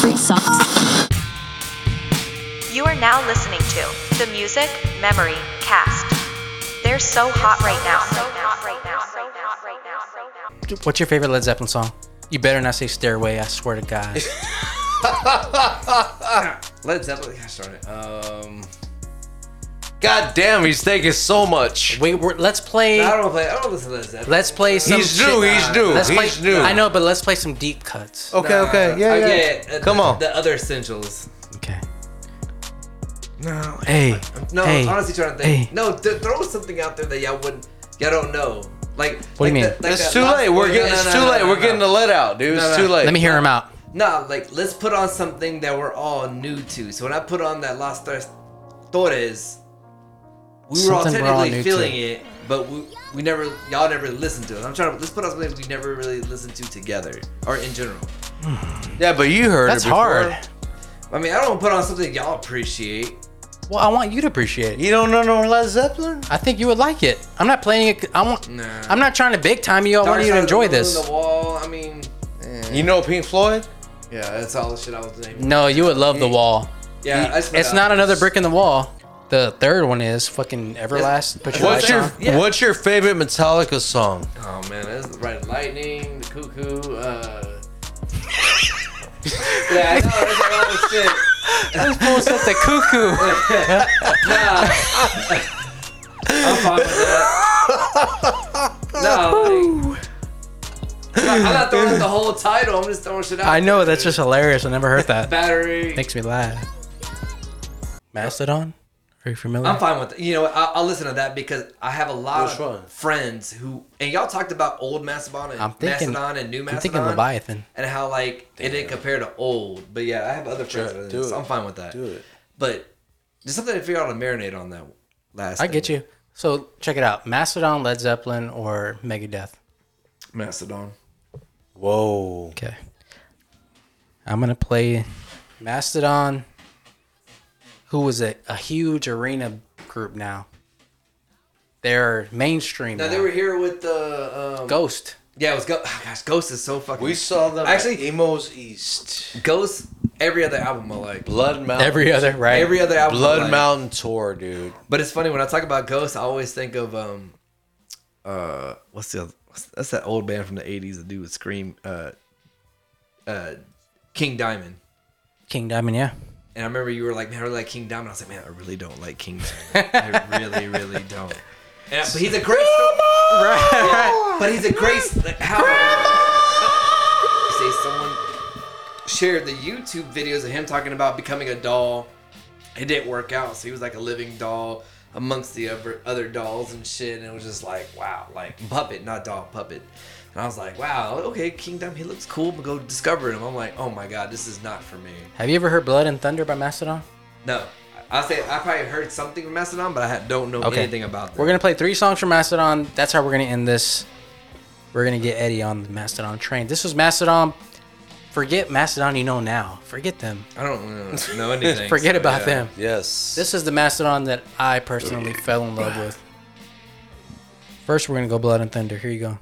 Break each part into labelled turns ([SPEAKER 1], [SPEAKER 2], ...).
[SPEAKER 1] Free socks.
[SPEAKER 2] You are now listening to the Music Memory Cast. They're so hot right now.
[SPEAKER 3] What's your favorite Led Zeppelin song? You better not say Stairway, I swear to God.
[SPEAKER 4] Led Zeppelin. Yeah, sorry. Um. God damn, he's taking so much.
[SPEAKER 3] Wait, we're, let's play.
[SPEAKER 4] I don't play. I don't listen to Led Zeppelin.
[SPEAKER 3] Let's play some.
[SPEAKER 4] He's
[SPEAKER 3] shit-
[SPEAKER 4] new, he's new,
[SPEAKER 3] Let's play,
[SPEAKER 4] he's new. Oh.
[SPEAKER 3] I know, but let's play some deep cuts.
[SPEAKER 5] Okay, okay, yeah,
[SPEAKER 4] I
[SPEAKER 5] yeah.
[SPEAKER 4] get, uh,
[SPEAKER 5] Come
[SPEAKER 4] the,
[SPEAKER 5] on.
[SPEAKER 4] The other essentials.
[SPEAKER 3] Okay.
[SPEAKER 4] No.
[SPEAKER 3] Hey.
[SPEAKER 4] No,
[SPEAKER 3] hey,
[SPEAKER 4] honestly, trying to think.
[SPEAKER 3] hey.
[SPEAKER 4] No, th- throw something out there that y'all wouldn't, y'all don't know. Like,
[SPEAKER 3] What do you
[SPEAKER 4] like
[SPEAKER 3] mean?
[SPEAKER 4] the- like
[SPEAKER 5] it's
[SPEAKER 4] that
[SPEAKER 5] too
[SPEAKER 4] last-
[SPEAKER 5] late. We're
[SPEAKER 4] no,
[SPEAKER 5] getting.
[SPEAKER 4] no,
[SPEAKER 5] It's
[SPEAKER 4] no,
[SPEAKER 5] too
[SPEAKER 4] no,
[SPEAKER 5] late.
[SPEAKER 4] no,
[SPEAKER 5] We're
[SPEAKER 4] no.
[SPEAKER 5] getting the let out, dude.
[SPEAKER 4] No,
[SPEAKER 5] It's
[SPEAKER 4] no.
[SPEAKER 5] too late.
[SPEAKER 3] Let me hear him out.
[SPEAKER 4] No, like let's put on something that we're all new to. So when I put on that Las Tres Torres, we were all
[SPEAKER 3] Something we're all new
[SPEAKER 4] technically feeling
[SPEAKER 3] to.
[SPEAKER 4] it, but we, we never y'all never listened to it. I'm trying to let's put on something we never really listened to together or in general.
[SPEAKER 5] Yeah, but you heard.
[SPEAKER 3] That's
[SPEAKER 5] it before.
[SPEAKER 3] hard.
[SPEAKER 4] I mean, I don't wanna put on something y'all appreciate.
[SPEAKER 3] Well, I want you to appreciate it.
[SPEAKER 5] You don't know no Led Zeppelin?
[SPEAKER 3] I think you would like it. I'm not playing it. I want.
[SPEAKER 4] Nah.
[SPEAKER 3] I'm not trying to big time you. I
[SPEAKER 4] Dark
[SPEAKER 3] want you
[SPEAKER 4] Side
[SPEAKER 3] to
[SPEAKER 4] of the
[SPEAKER 3] enjoy
[SPEAKER 4] Moon,
[SPEAKER 3] this.
[SPEAKER 4] The wall. I mean, eh.
[SPEAKER 5] You know Pink Floyd?
[SPEAKER 4] yeah, that's all the shit I was naming.
[SPEAKER 3] No, you would love the wall.
[SPEAKER 4] Yeah, I just-
[SPEAKER 3] It's not another brick in the wall. The third one is fucking Everlast. Put your lights
[SPEAKER 5] What's your
[SPEAKER 3] on.
[SPEAKER 4] Yeah.
[SPEAKER 5] What's your favorite Metallica song?
[SPEAKER 4] Oh man, that's the right lightning, the cuckoo. Uh... yeah, I know that's a lot of shit.
[SPEAKER 3] What's up, the cuckoo?
[SPEAKER 4] I'm fine with that. No, like, I'm not- I'm not throwing out the whole title. I'm just throwing shit out.
[SPEAKER 3] I know
[SPEAKER 4] there,
[SPEAKER 3] that's
[SPEAKER 4] dude.
[SPEAKER 3] just hilarious. I never heard that.
[SPEAKER 4] battery.
[SPEAKER 3] Makes me laugh. Mastodon? Are you familiar?
[SPEAKER 4] I'm fine with it. You know, what, I, I'll listen to that because I have a lot
[SPEAKER 5] Which
[SPEAKER 4] of
[SPEAKER 5] one?
[SPEAKER 4] friends who, and y'all talked about old Macedon and
[SPEAKER 3] I'm thinking-
[SPEAKER 4] Macedon and new
[SPEAKER 3] I'm
[SPEAKER 4] Macedon.
[SPEAKER 3] thinking Leviathan.
[SPEAKER 4] and how like it didn't compare to old. But yeah, I have other friends.
[SPEAKER 5] Yeah,
[SPEAKER 4] that are
[SPEAKER 5] do
[SPEAKER 4] this,
[SPEAKER 5] it.
[SPEAKER 4] I'm fine with that.
[SPEAKER 5] Do it.
[SPEAKER 4] But just something to figure out to marinate on that last.
[SPEAKER 3] I get you. So check it out: Mastodon, Led Zeppelin, or Megadeth.
[SPEAKER 4] Macedon.
[SPEAKER 5] Whoa.
[SPEAKER 3] Okay. I'm gonna play Mastodon, who was a, a huge arena group now. They're mainstream.
[SPEAKER 4] Now
[SPEAKER 3] Now,
[SPEAKER 4] they were here with the um,
[SPEAKER 3] Ghost.
[SPEAKER 4] Yeah, it was Ghost. Oh, gosh, Ghost is so fucking.
[SPEAKER 5] We saw them
[SPEAKER 4] Actually-
[SPEAKER 5] actually Emos East.
[SPEAKER 4] Ghost. Every other album I like.
[SPEAKER 5] Blood Mountain.
[SPEAKER 3] Every other right.
[SPEAKER 4] Every other album. I
[SPEAKER 5] Blood
[SPEAKER 4] like.
[SPEAKER 5] Mountain tour, dude.
[SPEAKER 4] But it's funny when I talk about Ghost, I always think of um, uh, what's the other, what's, that's that old band from the '80s that dude would scream uh, uh, King Diamond.
[SPEAKER 3] King Diamond. Yeah.
[SPEAKER 4] And I remember you were like, man, I really like King Diamond. I was like, man, I really don't like King Diamond. I really, really don't. And, but he's a great. Yeah, but he's a great. How? Say someone shared the YouTube videos of him talking about becoming a doll. It didn't work out, so he was like a living doll amongst the other, other dolls and shit. And it was just like, wow, like puppet, not doll, puppet. And I was like, wow, okay, King Diamond, he looks cool, but go discover him. I'm like, oh my god, this is not for me.
[SPEAKER 3] Have you ever heard Blood and Thunder by Mastodon?
[SPEAKER 4] No. I say I probably heard something from Mastodon, but I ha- don't know
[SPEAKER 3] Okay.
[SPEAKER 4] anything about them.
[SPEAKER 3] We're gonna play three songs from Mastodon. That's how we're gonna end this. We're gonna get Eddie on the Mastodon train. This was Mastodon. Forget Mastodon you know now. Forget them.
[SPEAKER 4] I don't uh, know anything.
[SPEAKER 3] Forget
[SPEAKER 4] so,
[SPEAKER 3] about
[SPEAKER 4] yeah.
[SPEAKER 3] them.
[SPEAKER 5] Yes.
[SPEAKER 3] This is the Mastodon that I personally fell in love with. First, we're gonna go Blood and Thunder. Here you go.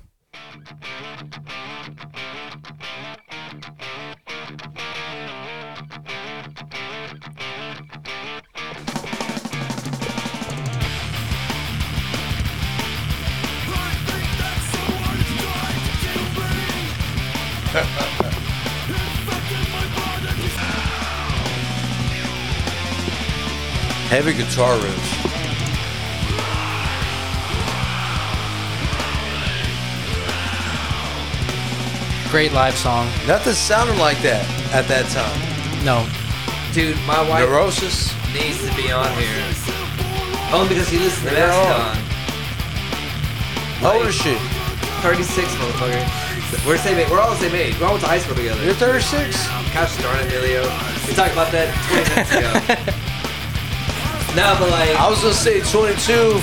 [SPEAKER 5] Heavy guitar riffs.
[SPEAKER 3] Great live song.
[SPEAKER 5] Nothing sounded like that at that time.
[SPEAKER 3] No,
[SPEAKER 4] Dude, my wife
[SPEAKER 5] Neurosis.
[SPEAKER 4] needs to be on here. Only because he listens to
[SPEAKER 5] They're on.
[SPEAKER 4] Mastodon.
[SPEAKER 5] Older oh, shit.
[SPEAKER 4] 36, motherfucker. We're the same age. We're all the same age. We all went to high school together.
[SPEAKER 5] You're 36.
[SPEAKER 4] Couch darn Emilio. We talked about that 20 minutes ago. no, but like,
[SPEAKER 5] I was gonna say 22.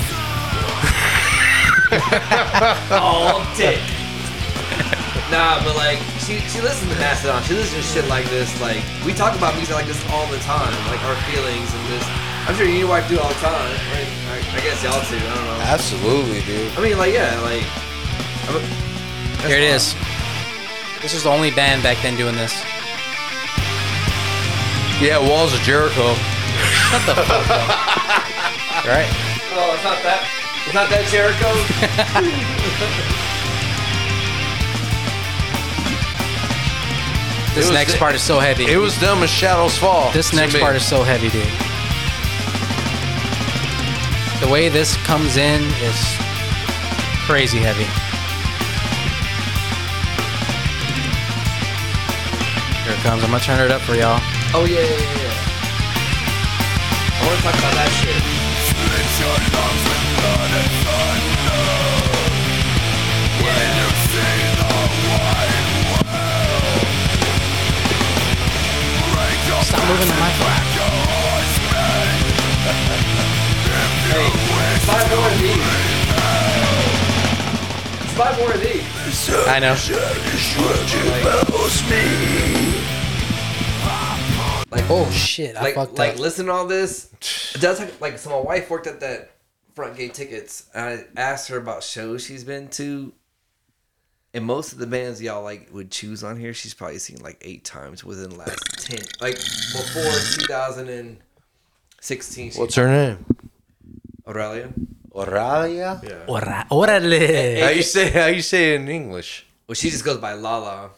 [SPEAKER 4] all dick. nah, but like she she listens to Mastodon. She listens to shit like this. Like we talk about music like this all the time. Like our feelings and this. I'm sure you and your wife do all the time. Right? I, I guess y'all too. I don't know.
[SPEAKER 5] Absolutely, dude.
[SPEAKER 4] I mean, like yeah, like. I'm a- that's
[SPEAKER 3] here it
[SPEAKER 4] fine.
[SPEAKER 3] is. This is the only band back then doing this.
[SPEAKER 5] Yeah, Walls of Jericho.
[SPEAKER 3] Shut the fuck up. Right?
[SPEAKER 4] Well, Oh, it's not that. It's not that Jericho.
[SPEAKER 3] This
[SPEAKER 5] was
[SPEAKER 3] next
[SPEAKER 5] the-
[SPEAKER 3] part is so heavy.
[SPEAKER 5] It was dumb as Shadows Fall.
[SPEAKER 3] This
[SPEAKER 5] to
[SPEAKER 3] next
[SPEAKER 5] me.
[SPEAKER 3] part is so heavy, dude. The way this comes in is crazy heavy. Here it comes. I'm gonna turn it up for y'all.
[SPEAKER 4] oh yeah, yeah, yeah, yeah. I want to talk about that shit.
[SPEAKER 3] Stop moving the mic.
[SPEAKER 4] Hey, buy more of these. Let's buy more of these.
[SPEAKER 3] I know.
[SPEAKER 4] Like,
[SPEAKER 3] Oh shit! I
[SPEAKER 4] like,
[SPEAKER 3] fucked
[SPEAKER 4] like,
[SPEAKER 3] up.
[SPEAKER 4] listen to all this. It does have- like so. My wife worked at that front gate tickets. And I asked her about shows she's been to, and most of the bands y'all like would choose on here, she's probably seen like eight times within the last ten, like before 2016. She,
[SPEAKER 5] What's her name?
[SPEAKER 4] Aurelia?
[SPEAKER 5] Oralia.
[SPEAKER 4] Yeah.
[SPEAKER 3] Ora- Orale.
[SPEAKER 5] How you say? How you say it in English?
[SPEAKER 4] Well, she just goes by Lala.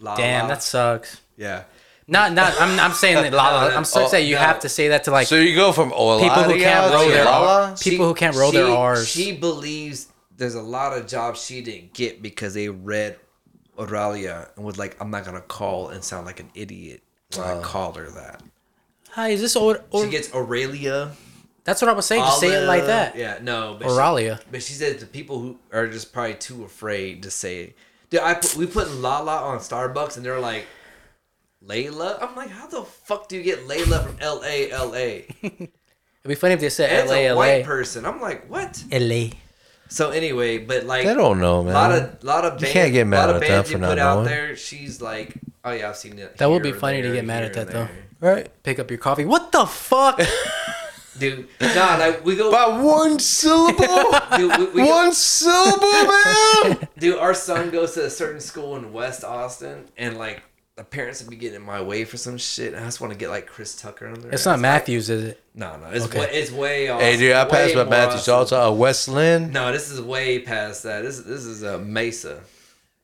[SPEAKER 4] Lala.
[SPEAKER 3] Damn, that sucks.
[SPEAKER 4] yeah.
[SPEAKER 3] Not, not. I'm, I'm saying that. La, la, I'm so
[SPEAKER 4] Oh,
[SPEAKER 3] saying you
[SPEAKER 4] no.
[SPEAKER 3] have to say that to like
[SPEAKER 5] So you go from Olalia
[SPEAKER 3] people who can't roll
[SPEAKER 5] to
[SPEAKER 3] their
[SPEAKER 5] Lala?
[SPEAKER 3] R. People who can't roll their
[SPEAKER 4] she-
[SPEAKER 3] R's.
[SPEAKER 4] She believes there's a lot of jobs she didn't get because they read Aurelia and was like, I'm not gonna call and sound like an idiot when I call her that.
[SPEAKER 3] Hi, is this or, or
[SPEAKER 4] She gets Aurelia.
[SPEAKER 3] That's what I was saying. Just say it like
[SPEAKER 4] Olive-
[SPEAKER 3] that.
[SPEAKER 4] Yeah, no. But
[SPEAKER 3] Oralia.
[SPEAKER 4] She, but she said the people who are just probably too afraid to say it. Dude, I put, we put Lala on Starbucks and they're like, Layla? I'm like, how the fuck do you get Layla from LA, LA?
[SPEAKER 3] It'd be funny if they said
[SPEAKER 4] That's
[SPEAKER 3] LA,
[SPEAKER 4] a white
[SPEAKER 3] LA.
[SPEAKER 4] person. I'm like, what?
[SPEAKER 3] LA.
[SPEAKER 4] So anyway, but like
[SPEAKER 5] They don't know,
[SPEAKER 4] A
[SPEAKER 5] man.
[SPEAKER 4] lot of lot of bands,
[SPEAKER 5] You can't get mad
[SPEAKER 4] lot of
[SPEAKER 5] at that
[SPEAKER 4] bands
[SPEAKER 5] for
[SPEAKER 4] you
[SPEAKER 5] not
[SPEAKER 4] put out
[SPEAKER 5] knowing.
[SPEAKER 4] there. She's like, oh yeah, I've seen it.
[SPEAKER 3] That would
[SPEAKER 4] here
[SPEAKER 3] be
[SPEAKER 4] or
[SPEAKER 3] funny to
[SPEAKER 4] there,
[SPEAKER 3] get mad
[SPEAKER 4] here
[SPEAKER 3] at that,
[SPEAKER 4] or
[SPEAKER 3] though.
[SPEAKER 4] there.
[SPEAKER 5] right?
[SPEAKER 3] Pick up your coffee. What the fuck?
[SPEAKER 4] dude. Nah, like we go,
[SPEAKER 5] By one syllable.
[SPEAKER 4] dude, we, we go-
[SPEAKER 5] one syllable, man.
[SPEAKER 4] dude. Our son goes to a certain school in West Austin, and like the parents would be getting in my way for some shit. and I just want to get like Chris Tucker on there.
[SPEAKER 3] it's not Matthews, is it?
[SPEAKER 4] No, no, it's
[SPEAKER 3] Okay.
[SPEAKER 4] way, it's way off.
[SPEAKER 5] hey, dude, I
[SPEAKER 4] way
[SPEAKER 5] passed by
[SPEAKER 4] more
[SPEAKER 5] Matthews all
[SPEAKER 4] Austin.
[SPEAKER 5] the time. Uh, West Lynn.
[SPEAKER 4] No, this is way past that. This this is a Mesa,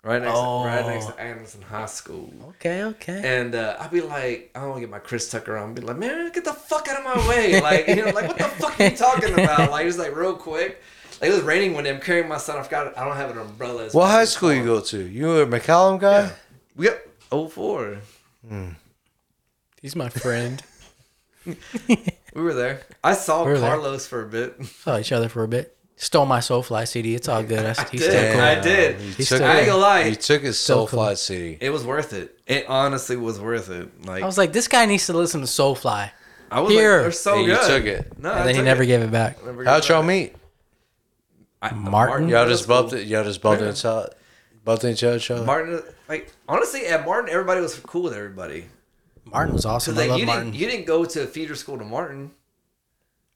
[SPEAKER 4] right next,
[SPEAKER 3] Oh.
[SPEAKER 4] right next to Anderson High School.
[SPEAKER 3] Okay, okay.
[SPEAKER 4] And uh, I'd be like, I don't want to get my Chris Tucker on. I'd be like, man, get the fuck out of my way. Like, you know, like what the fuck are you talking about? Like, it was like real quick. Like, it was raining one day. I'm carrying my son. I forgot. I don't have an umbrella. It's
[SPEAKER 5] What
[SPEAKER 4] fucking
[SPEAKER 5] high school you
[SPEAKER 4] cold.
[SPEAKER 5] go to? You were a McCallum guy?
[SPEAKER 4] We got oh, 04.
[SPEAKER 3] He's my friend.
[SPEAKER 4] We were there. I saw
[SPEAKER 3] We were there.
[SPEAKER 4] Carlos for a bit.
[SPEAKER 3] Saw each other for a bit. Stole my Soulfly CD. It's all good. That's, he's
[SPEAKER 4] did.
[SPEAKER 3] still cool.
[SPEAKER 4] I did.
[SPEAKER 5] You
[SPEAKER 3] He's
[SPEAKER 5] took
[SPEAKER 3] still
[SPEAKER 5] it-
[SPEAKER 4] I ain't gonna lie.
[SPEAKER 5] You took his
[SPEAKER 3] So
[SPEAKER 5] soul
[SPEAKER 3] cool.
[SPEAKER 5] fly city.
[SPEAKER 4] It was worth it. It honestly was worth it. Like
[SPEAKER 3] I was like, this guy needs to listen to Soulfly.
[SPEAKER 4] I was
[SPEAKER 3] here.
[SPEAKER 4] like, they're so
[SPEAKER 5] And you
[SPEAKER 4] good.
[SPEAKER 5] took it.
[SPEAKER 4] No, I
[SPEAKER 3] And then he
[SPEAKER 4] took
[SPEAKER 3] never
[SPEAKER 4] it.
[SPEAKER 3] gave it back.
[SPEAKER 4] Never
[SPEAKER 5] How'd
[SPEAKER 4] gave
[SPEAKER 5] y'all
[SPEAKER 4] it.
[SPEAKER 5] meet?
[SPEAKER 4] I-
[SPEAKER 3] Martin?
[SPEAKER 5] Y'all
[SPEAKER 4] Middle
[SPEAKER 5] just bumped
[SPEAKER 4] School.
[SPEAKER 5] it. Y'all just bumped each other. Bumped into each other.
[SPEAKER 4] Martin, like honestly, at Martin, everybody was cool with everybody.
[SPEAKER 3] Martin was
[SPEAKER 4] So
[SPEAKER 3] awesome. I
[SPEAKER 4] like,
[SPEAKER 3] love
[SPEAKER 4] you
[SPEAKER 3] Martin.
[SPEAKER 4] didn't you didn't go to feeder school to Martin.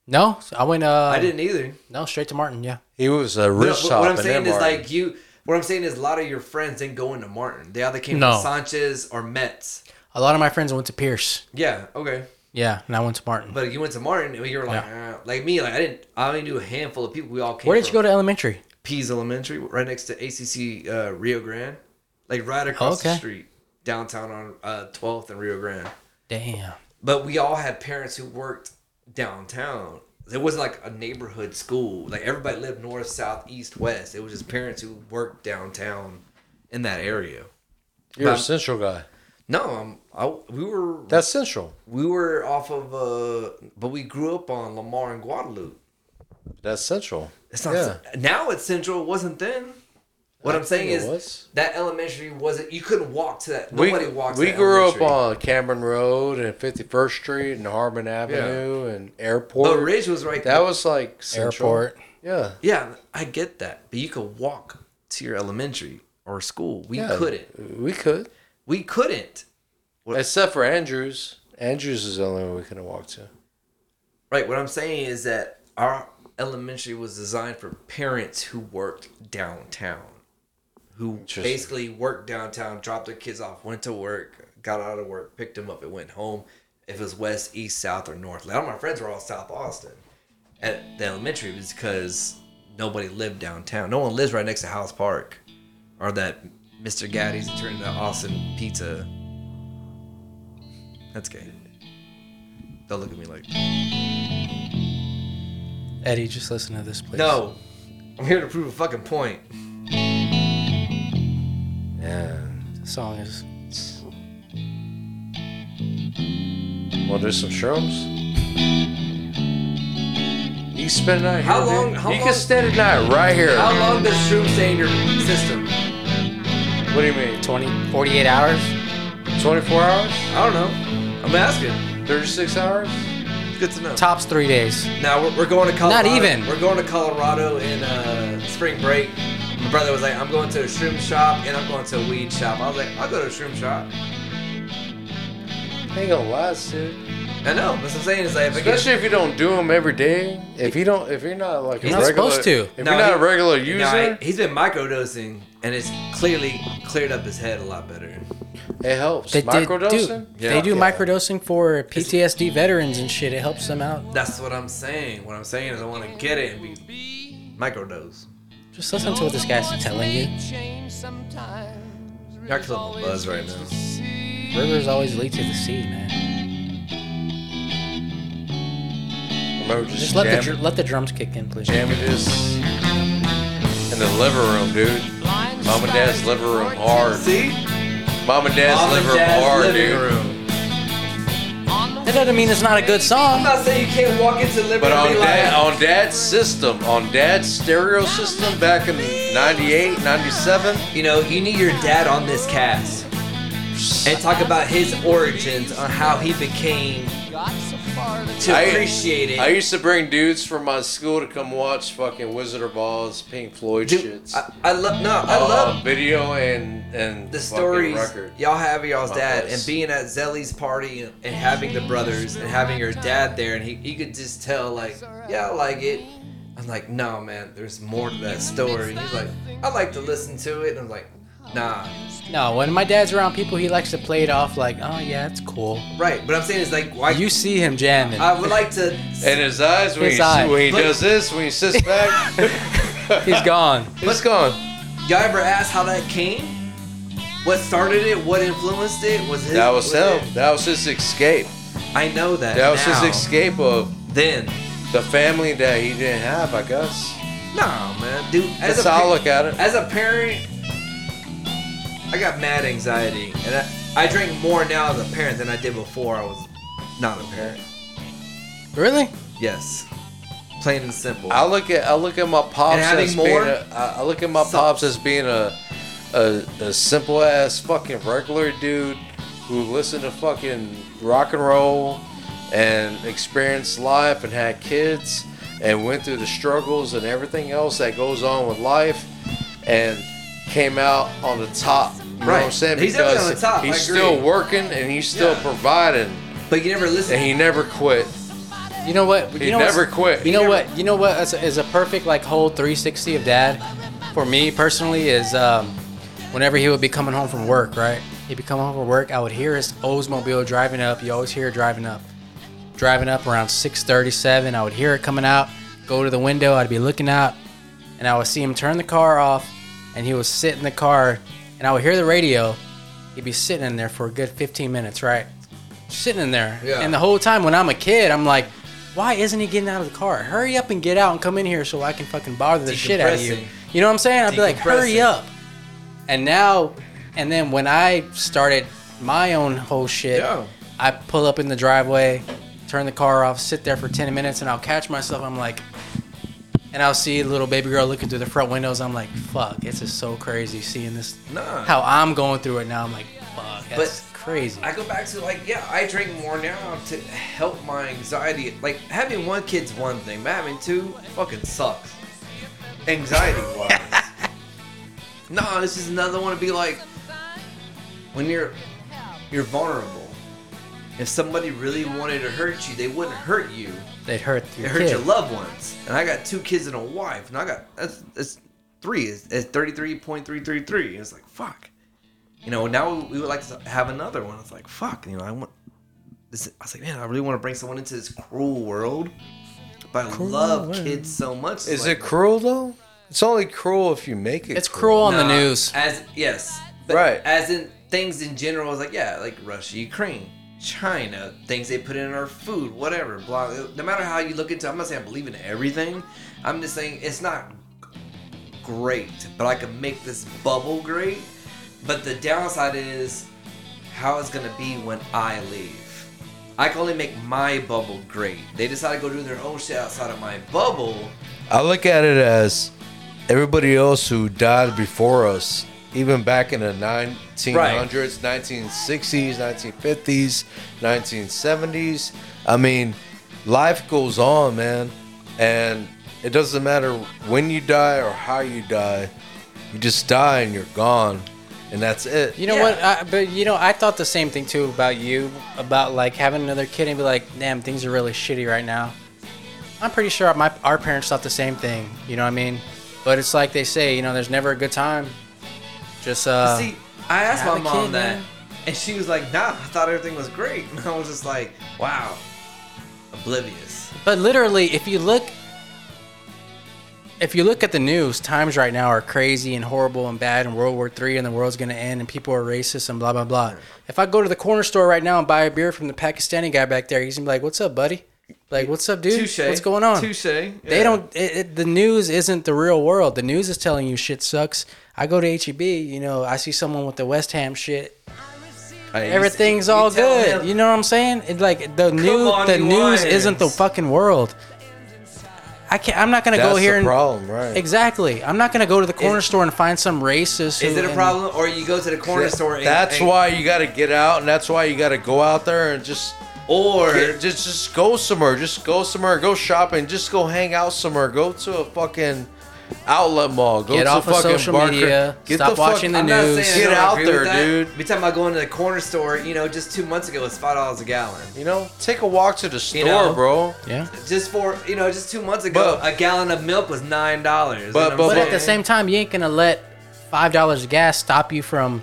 [SPEAKER 3] No, I went. Uh,
[SPEAKER 4] I didn't either.
[SPEAKER 3] No, straight to Martin. Yeah.
[SPEAKER 5] He was a
[SPEAKER 4] No,
[SPEAKER 5] rich
[SPEAKER 4] what-
[SPEAKER 5] top.
[SPEAKER 4] what I'm
[SPEAKER 5] and
[SPEAKER 4] saying
[SPEAKER 5] then
[SPEAKER 4] is
[SPEAKER 5] Martin.
[SPEAKER 4] like you. What I'm saying is a lot of your friends didn't go into Martin. They either came
[SPEAKER 3] No.
[SPEAKER 4] from Sanchez or Mets.
[SPEAKER 3] A lot of my friends went to Pierce.
[SPEAKER 4] Yeah. Okay.
[SPEAKER 3] Yeah, and I went to Martin.
[SPEAKER 4] But you went to Martin and you were like, uh, like me, like I didn't. I only knew a handful of people. We all came.
[SPEAKER 3] Where did you
[SPEAKER 4] from
[SPEAKER 3] go to elementary?
[SPEAKER 4] Pease Elementary, right next to ACC uh, Rio Grande, like right across the
[SPEAKER 3] Okay.
[SPEAKER 4] street, downtown on uh, 12th and Rio Grande.
[SPEAKER 3] Damn.
[SPEAKER 4] but we all had parents who worked downtown. It wasn't like a neighborhood school. Like everybody lived north, south, east, west. It was just parents who worked downtown in that area.
[SPEAKER 5] You're a
[SPEAKER 4] But-
[SPEAKER 5] central guy.
[SPEAKER 4] No, um, I, we were
[SPEAKER 5] That's central.
[SPEAKER 4] we were off of uh, but we grew up on Lamar and Guadalupe.
[SPEAKER 5] That's central.
[SPEAKER 4] It's not
[SPEAKER 5] Yeah.
[SPEAKER 4] now it's central. It wasn't then. What
[SPEAKER 5] I
[SPEAKER 4] I'm saying
[SPEAKER 5] think
[SPEAKER 4] is
[SPEAKER 5] it was.
[SPEAKER 4] that elementary wasn't. You couldn't walk to that.
[SPEAKER 5] We,
[SPEAKER 4] Nobody walked.
[SPEAKER 5] we
[SPEAKER 4] to that
[SPEAKER 5] grew up
[SPEAKER 4] elementary.
[SPEAKER 5] on Cameron Road and 51st Street and Harbin Avenue and
[SPEAKER 4] Oh,
[SPEAKER 5] Airport.
[SPEAKER 4] But Ridge was right.
[SPEAKER 5] that was like central.
[SPEAKER 3] Airport.
[SPEAKER 5] Yeah.
[SPEAKER 4] Yeah, I get that. But you could walk to your elementary or school. We
[SPEAKER 5] yeah.
[SPEAKER 4] couldn't.
[SPEAKER 5] We could.
[SPEAKER 4] We couldn't.
[SPEAKER 5] Except for Andrews. Andrews is the only one we could have walked to.
[SPEAKER 4] Right. What I'm saying is that our elementary was designed for parents who worked downtown. who basically worked downtown, dropped their kids off, went to work, got out of work, picked them up, and went home. If it was west, east, south, or north. A lot of my friends were all South Austin at the elementary was because nobody lived downtown. No one lives right next to House Park or that Mr. Gaddy's that turned into Austin Pizza. That's gay. They'll look at me like,
[SPEAKER 3] Eddie, just listen to this, please.
[SPEAKER 4] no, I'm here to prove a fucking point.
[SPEAKER 5] Yeah.
[SPEAKER 3] The song is.
[SPEAKER 5] Want to do some shrooms? You can spend a night
[SPEAKER 4] How
[SPEAKER 5] here,
[SPEAKER 4] long-
[SPEAKER 5] dude.
[SPEAKER 4] how
[SPEAKER 5] you
[SPEAKER 4] long-
[SPEAKER 5] can spend a night right here.
[SPEAKER 4] How long does Shroom stay in your system?
[SPEAKER 5] What do you mean?
[SPEAKER 3] 20, 48 hours?
[SPEAKER 5] 24 hours?
[SPEAKER 4] I don't know. I'm asking.
[SPEAKER 5] 36 hours?
[SPEAKER 4] It's good to know.
[SPEAKER 3] Tops three days.
[SPEAKER 4] Now we're, we're going to Colorado.
[SPEAKER 3] even.
[SPEAKER 4] We're going to Colorado in uh, spring break. My brother was like, "I'm going to a shroom shop and I'm going to a weed shop." I was like, "I'll go to a shroom shop."
[SPEAKER 5] Ain't gonna last, dude.
[SPEAKER 4] I know. That's what I'm saying. Is like, if I get,
[SPEAKER 5] Especially if you don't do them every day. If you don't, if you're not like a
[SPEAKER 3] You're not
[SPEAKER 5] regular,
[SPEAKER 3] supposed to.
[SPEAKER 5] If
[SPEAKER 4] No,
[SPEAKER 5] you're not
[SPEAKER 4] he-
[SPEAKER 5] a regular
[SPEAKER 4] No,
[SPEAKER 5] user,
[SPEAKER 4] I- he's been microdosing and it's clearly cleared up his head a lot better.
[SPEAKER 5] it helps.
[SPEAKER 3] They did,
[SPEAKER 5] Microdosing.
[SPEAKER 3] dude,
[SPEAKER 4] Yeah.
[SPEAKER 3] they do
[SPEAKER 4] Yeah.
[SPEAKER 3] microdosing for PTSD veterans and shit. It helps them out.
[SPEAKER 4] That's what I'm saying. What I'm saying is I want to get it and be microdose.
[SPEAKER 3] Just listen to what this guy's telling you.
[SPEAKER 4] Y'all killing my buzz right now.
[SPEAKER 3] Rivers always lead to the sea, man.
[SPEAKER 5] Remember, just,
[SPEAKER 3] Just let the
[SPEAKER 5] jam,
[SPEAKER 3] dr- let the drums kick in, please.
[SPEAKER 5] jamming this in the living room, dude. Mom and dad's living room hard.
[SPEAKER 4] See?
[SPEAKER 5] Mom and dad's
[SPEAKER 4] Mom
[SPEAKER 5] living
[SPEAKER 4] and
[SPEAKER 5] room
[SPEAKER 4] Dad's
[SPEAKER 5] hard,
[SPEAKER 4] living
[SPEAKER 5] dude.
[SPEAKER 4] room.
[SPEAKER 3] That doesn't mean it's not a good
[SPEAKER 4] I'm
[SPEAKER 3] song.
[SPEAKER 4] not saying you can't walk into liberty
[SPEAKER 5] But on
[SPEAKER 4] like
[SPEAKER 5] dad, on dad's system, on dad's stereo system back in 98, 97,
[SPEAKER 4] You know, you need your dad on this cast and talk about his origins on how he became to
[SPEAKER 5] I-
[SPEAKER 4] appreciate it.
[SPEAKER 5] I used to bring dudes from my school to come watch fucking Wizard of Oz, Pink Floyd
[SPEAKER 4] Dude,
[SPEAKER 5] shits.
[SPEAKER 4] I, I love no, I
[SPEAKER 5] Uh,
[SPEAKER 4] love
[SPEAKER 5] video and and
[SPEAKER 4] the
[SPEAKER 5] fucking
[SPEAKER 4] stories
[SPEAKER 5] record.
[SPEAKER 4] y'all have of y'all's
[SPEAKER 5] My
[SPEAKER 4] dad
[SPEAKER 5] place.
[SPEAKER 4] and being at Zelly's party and, and having the brothers and having your dad there and he, he could just tell like yeah I like it I'm like no man there's more to that story he's like I like to listen to it and I'm like nah
[SPEAKER 3] No, when my dad's around people, he likes to play it off like, oh yeah, it's cool.
[SPEAKER 4] right but I'm saying it's like why
[SPEAKER 3] You see him jamming.
[SPEAKER 4] I would like to
[SPEAKER 5] And his eyes when
[SPEAKER 3] His
[SPEAKER 5] he,
[SPEAKER 3] eyes.
[SPEAKER 5] when he
[SPEAKER 4] Look-
[SPEAKER 5] does this, when he sits back,
[SPEAKER 3] He's gone.
[SPEAKER 5] it's gone.
[SPEAKER 4] y'all ever ask how that came what started it what influenced it was his,
[SPEAKER 5] That was
[SPEAKER 4] it-
[SPEAKER 5] him. That was his escape.
[SPEAKER 4] I know that
[SPEAKER 5] That was
[SPEAKER 4] now.
[SPEAKER 5] his escape of
[SPEAKER 4] then
[SPEAKER 5] the family that he didn't have, I guess.
[SPEAKER 4] No, man, dude. As
[SPEAKER 5] That's
[SPEAKER 4] a,
[SPEAKER 5] how
[SPEAKER 4] pa-
[SPEAKER 5] I look at it.
[SPEAKER 4] As a parent, I got mad anxiety, and I, I drink more now as a parent than I did before I was not a parent.
[SPEAKER 3] Really?
[SPEAKER 4] Yes, plain and simple.
[SPEAKER 5] I look at I look at my pops
[SPEAKER 4] And having
[SPEAKER 5] as
[SPEAKER 4] more-
[SPEAKER 5] being a, I I look at my
[SPEAKER 4] So-
[SPEAKER 5] pops as being a a, a simple ass fucking regular dude who listened to fucking rock and roll and experienced life and had kids and went through the struggles and everything else that goes on with life and came out on the top. You know what I'm
[SPEAKER 4] Right.
[SPEAKER 5] saying?
[SPEAKER 4] He's definitely on
[SPEAKER 5] Because
[SPEAKER 4] the top, I
[SPEAKER 5] He's
[SPEAKER 4] agree.
[SPEAKER 5] still working and he's still
[SPEAKER 4] Yeah.
[SPEAKER 5] providing
[SPEAKER 4] but you never
[SPEAKER 5] and
[SPEAKER 4] listen.
[SPEAKER 5] he never quit.
[SPEAKER 3] You know what? You
[SPEAKER 5] He
[SPEAKER 3] know
[SPEAKER 5] never
[SPEAKER 3] what's-
[SPEAKER 5] quit.
[SPEAKER 3] You know what? You know what is, is a perfect like whole 360 of dad for me personally is um, whenever he would be coming home from work, right? He'd be coming home from work. I would hear his Oldsmobile driving up. You always hear it driving up, driving up around 6:37. I would hear it coming out. Go to the window. I'd be looking out, and I would see him turn the car off, and he would sit in the car, and I would hear the radio. He'd be sitting in there for a good 15 minutes, right? Sitting in there,
[SPEAKER 4] Yeah.
[SPEAKER 3] and the whole time when I'm a kid, I'm like, why isn't he getting out of the car? Hurry up and get out and come in here so I can fucking bother the shit out of you.
[SPEAKER 4] Decompressing.
[SPEAKER 3] You know what I'm saying? I'd be like, hurry
[SPEAKER 4] Decompressing.
[SPEAKER 3] up. And now, and then when I started my own whole shit,
[SPEAKER 4] Yeah.
[SPEAKER 3] I pull up in the driveway, turn the car off, sit there for 10 minutes, and I'll catch myself. I'm like, and I'll see a little baby girl looking through the front windows. I'm like, fuck, this is so crazy seeing this.
[SPEAKER 4] Nah.
[SPEAKER 3] How I'm going through it now. I'm like, fuck, that's
[SPEAKER 4] But
[SPEAKER 3] crazy.
[SPEAKER 4] I go back to like, yeah, I drink more now to help my anxiety. Like having one kid's one thing, but having two fucking sucks. Anxiety wise. no, this is another one to be like when you're you're vulnerable. If somebody really wanted to hurt you, they wouldn't hurt you.
[SPEAKER 3] They'd hurt
[SPEAKER 4] They
[SPEAKER 3] your
[SPEAKER 4] hurt
[SPEAKER 3] kid.
[SPEAKER 4] your loved ones. And I got two kids and a wife, and I got that's that's three is is thirty three point three three three. It's like fuck. You know, now we would like to have another one. It's like fuck. You know, I want. This, I was like, man, I really want to bring someone into this cruel world, but I love kids so much. It's
[SPEAKER 5] Is
[SPEAKER 4] like,
[SPEAKER 5] it cruel though? It's only cruel if you make it.
[SPEAKER 3] It's cruel on the
[SPEAKER 4] Nah,
[SPEAKER 3] news.
[SPEAKER 4] As yes, but
[SPEAKER 5] Right.
[SPEAKER 4] As in things in general, it's like yeah, like Russia, Ukraine, China, things they put in our food, whatever. Blah. No matter how you look into, it, I'm not saying I believe in everything. I'm just saying it's not great, but I can make this bubble great. But the downside is how it's gonna be when I leave. I can only make my bubble great. They decide to go do their own shit outside of my bubble.
[SPEAKER 5] I look at it as everybody else who died before us, even back in the 1900s, 1960s, 1950s, 1970s. I mean, life goes on, man. And it doesn't matter when you die or how you die, you just die and you're gone. And that's it.
[SPEAKER 3] You know
[SPEAKER 4] Yeah.
[SPEAKER 3] what? I, but you know, I thought the same thing too about you, about like having another kid and be like, damn, things are really shitty right now. I'm pretty sure my our parents thought the same thing. You know what I mean? But it's like they say, you know, there's never a good time. Just uh,
[SPEAKER 4] See, I asked
[SPEAKER 3] have
[SPEAKER 4] my
[SPEAKER 3] a
[SPEAKER 4] mom
[SPEAKER 3] kid,
[SPEAKER 4] that,
[SPEAKER 3] man.
[SPEAKER 4] and she was like, "Nah, I thought everything was great." And I was just like, "Wow, oblivious."
[SPEAKER 3] but literally, if you look, if you look at the news, times right now are crazy and horrible and bad, and World War Three and the world's gonna end, and people are racist and blah blah blah. If I go to the corner store right now and buy a beer from the Pakistani guy back there, he's gonna be like, "What's up, buddy?" Like, "What's up, dude?
[SPEAKER 4] Touche.
[SPEAKER 3] What's going on?"
[SPEAKER 4] Touche.
[SPEAKER 3] They don't. It, it, the news isn't the real world. The news is telling you shit sucks. I go to HEB, you know, I see someone with the West Ham shit. Everything's all good. You know what I'm saying? It, like the new,
[SPEAKER 4] on,
[SPEAKER 3] the
[SPEAKER 4] you
[SPEAKER 3] news
[SPEAKER 4] lions.
[SPEAKER 3] isn't the fucking world. I can't. I'm not gonna
[SPEAKER 5] That's
[SPEAKER 3] go here
[SPEAKER 5] the
[SPEAKER 3] and
[SPEAKER 5] problem, right?
[SPEAKER 3] exactly. I'm not gonna go to the corner
[SPEAKER 4] Is-
[SPEAKER 3] store and find some racist.
[SPEAKER 4] Is
[SPEAKER 3] who-
[SPEAKER 4] it a
[SPEAKER 3] and-
[SPEAKER 4] problem, or you go to the corner store? And,
[SPEAKER 5] That's
[SPEAKER 4] and-
[SPEAKER 5] why you got to get out, and that's why you got to go out there and just
[SPEAKER 4] Or
[SPEAKER 5] Or just just go somewhere. Just go somewhere. Go shopping. Just go hang out somewhere. Go to a fucking outlet mall. Go
[SPEAKER 3] Get
[SPEAKER 5] to
[SPEAKER 3] off
[SPEAKER 5] a
[SPEAKER 3] of
[SPEAKER 5] fucking
[SPEAKER 3] social
[SPEAKER 5] bar-
[SPEAKER 3] media.
[SPEAKER 5] Get
[SPEAKER 3] Stop
[SPEAKER 5] the fuck-
[SPEAKER 3] watching the
[SPEAKER 5] I'm
[SPEAKER 4] I'm
[SPEAKER 5] not-
[SPEAKER 4] not
[SPEAKER 3] news.
[SPEAKER 4] saying
[SPEAKER 5] Get
[SPEAKER 4] I don't
[SPEAKER 5] out
[SPEAKER 4] agree with
[SPEAKER 5] there,
[SPEAKER 4] that.
[SPEAKER 5] dude.
[SPEAKER 4] We talking about going to the corner store. You know, just two months ago it was five dollars a gallon.
[SPEAKER 5] You know, take a walk to the store,
[SPEAKER 4] know?
[SPEAKER 5] bro.
[SPEAKER 3] Yeah.
[SPEAKER 4] Just for you know, just two months ago,
[SPEAKER 5] But-
[SPEAKER 4] a gallon of milk was nine dollars.
[SPEAKER 5] But- but-
[SPEAKER 3] But at the same time, you ain't gonna let five dollars of gas stop you from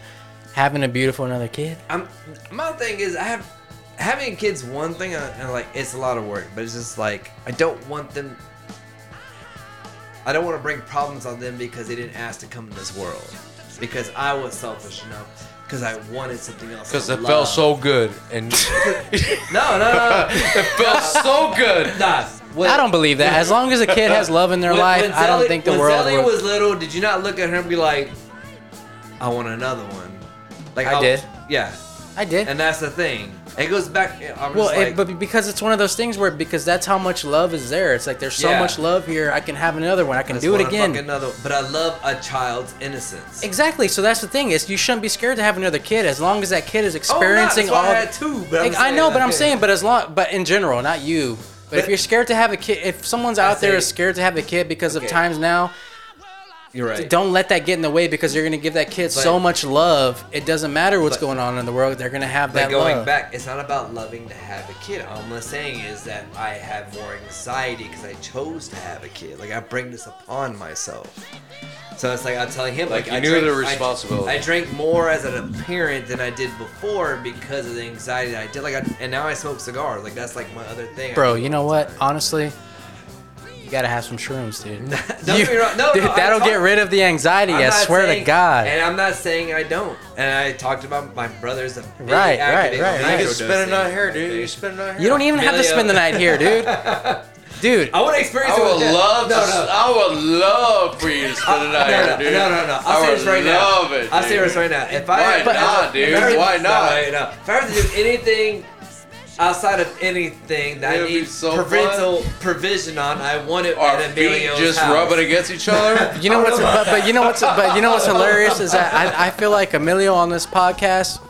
[SPEAKER 3] having a beautiful another kid.
[SPEAKER 4] I'm my thing is I have having kids one thing and and, like it's a lot of work, but it's just like I don't want them I don't want to bring problems on them because they didn't ask to come in this world. Because I was selfish enough because I wanted something else.
[SPEAKER 5] Because
[SPEAKER 4] I
[SPEAKER 5] it felt
[SPEAKER 4] loved.
[SPEAKER 5] so good, and
[SPEAKER 4] No, no, no. no.
[SPEAKER 5] it felt so good.
[SPEAKER 4] Nah, when-
[SPEAKER 3] I don't believe that. As long as a kid has love in their
[SPEAKER 4] when-
[SPEAKER 3] life,
[SPEAKER 4] when
[SPEAKER 3] I don't
[SPEAKER 4] Sally-
[SPEAKER 3] think the
[SPEAKER 4] when
[SPEAKER 3] world.
[SPEAKER 4] Sally
[SPEAKER 3] Will...
[SPEAKER 4] was little, did you not look at her and be like, "I want another one"? Like
[SPEAKER 3] I did.
[SPEAKER 4] Yeah,
[SPEAKER 3] I did.
[SPEAKER 4] and that's the thing. It goes back. I'm
[SPEAKER 3] well,
[SPEAKER 4] just like,
[SPEAKER 3] it, but because it's one of those things where because that's how much love is there. It's like there's so
[SPEAKER 4] Yeah.
[SPEAKER 3] much love here. I can have another one. I can
[SPEAKER 4] Let's
[SPEAKER 3] do it
[SPEAKER 4] wanna
[SPEAKER 3] again.
[SPEAKER 4] fuck Another, but I love a child's innocence.
[SPEAKER 3] Exactly. So that's the thing is you shouldn't be scared to have another kid as long as that kid is
[SPEAKER 4] Oh, I'm not,
[SPEAKER 3] experiencing
[SPEAKER 4] that's why
[SPEAKER 3] all.
[SPEAKER 4] I had two. But I'm
[SPEAKER 3] Like, I
[SPEAKER 4] saying,
[SPEAKER 3] know, but I'm
[SPEAKER 4] okay.
[SPEAKER 3] saying, but as long, but in general, not you. But, if
[SPEAKER 4] But-
[SPEAKER 3] you're scared to have a kid, if someone's out there
[SPEAKER 4] say-
[SPEAKER 3] is scared to have a kid because
[SPEAKER 4] Okay.
[SPEAKER 3] of times now,
[SPEAKER 4] you're right.
[SPEAKER 3] don't let that get in the way because you're gonna give that kid so
[SPEAKER 4] But-
[SPEAKER 3] much love. It doesn't matter what's
[SPEAKER 4] But-
[SPEAKER 3] going on in the world. They're gonna have
[SPEAKER 4] But
[SPEAKER 3] that
[SPEAKER 4] going
[SPEAKER 3] love.
[SPEAKER 4] back, it's not about loving to have a kid. All I'm saying is that I have more anxiety because I chose to have a kid. Like I bring this upon myself. So it's like I'm telling him,
[SPEAKER 5] Like,
[SPEAKER 4] like,
[SPEAKER 5] you
[SPEAKER 4] I
[SPEAKER 5] knew
[SPEAKER 4] drank-
[SPEAKER 5] the
[SPEAKER 4] I-
[SPEAKER 5] responsibility.
[SPEAKER 4] I, drank more as an parent than I did before because of the anxiety that I did. Like, I, and now I smoke cigars. Like that's like my other thing. I
[SPEAKER 3] Bro,
[SPEAKER 4] do
[SPEAKER 3] you
[SPEAKER 4] all
[SPEAKER 3] know
[SPEAKER 4] the
[SPEAKER 3] what?
[SPEAKER 4] time.
[SPEAKER 3] Honestly, you gotta have some shrooms, dude.
[SPEAKER 4] Don't
[SPEAKER 3] You-
[SPEAKER 4] get me wrong. No,
[SPEAKER 3] dude,
[SPEAKER 4] no, I
[SPEAKER 3] that'll
[SPEAKER 4] talk-
[SPEAKER 3] get rid of the anxiety. i
[SPEAKER 4] I'm not
[SPEAKER 3] swear to
[SPEAKER 4] saying-
[SPEAKER 3] God.
[SPEAKER 4] And I'm not saying I don't. And I talked about my brother's a big
[SPEAKER 3] Right, right, right,
[SPEAKER 4] activist on
[SPEAKER 3] right.
[SPEAKER 5] You
[SPEAKER 4] microdosing.
[SPEAKER 5] spend a night here, dude. You spend a night here.
[SPEAKER 3] you don't even have to
[SPEAKER 4] Emilio.
[SPEAKER 3] spend the night here, dude. Dude,
[SPEAKER 4] I want to experience.
[SPEAKER 5] I
[SPEAKER 4] it with
[SPEAKER 5] would
[SPEAKER 4] him.
[SPEAKER 5] love to.
[SPEAKER 4] No, no. Uh,
[SPEAKER 5] I would love for you to spend a night
[SPEAKER 4] no,
[SPEAKER 5] here,
[SPEAKER 4] no,
[SPEAKER 5] dude.
[SPEAKER 4] no, no, no. I'll
[SPEAKER 5] I
[SPEAKER 4] say
[SPEAKER 5] would
[SPEAKER 4] this right
[SPEAKER 5] love
[SPEAKER 4] now.
[SPEAKER 5] It,
[SPEAKER 4] I'll say
[SPEAKER 5] dude.
[SPEAKER 4] this right now. If
[SPEAKER 5] Why
[SPEAKER 4] I
[SPEAKER 5] not,
[SPEAKER 4] if
[SPEAKER 5] dude?
[SPEAKER 4] I-
[SPEAKER 5] Why not?
[SPEAKER 4] No, wait, no. If I were to do anything outside of anything that
[SPEAKER 5] It'd
[SPEAKER 4] I
[SPEAKER 5] be
[SPEAKER 4] need
[SPEAKER 5] so
[SPEAKER 4] parental provision on, I want it
[SPEAKER 5] Our
[SPEAKER 4] at
[SPEAKER 5] feet
[SPEAKER 4] Emilio's
[SPEAKER 5] just
[SPEAKER 4] house.
[SPEAKER 5] rubbing against each other.
[SPEAKER 3] you know what's but, but you know what's but you know what's hilarious is that I, I feel like Emilio on this podcast,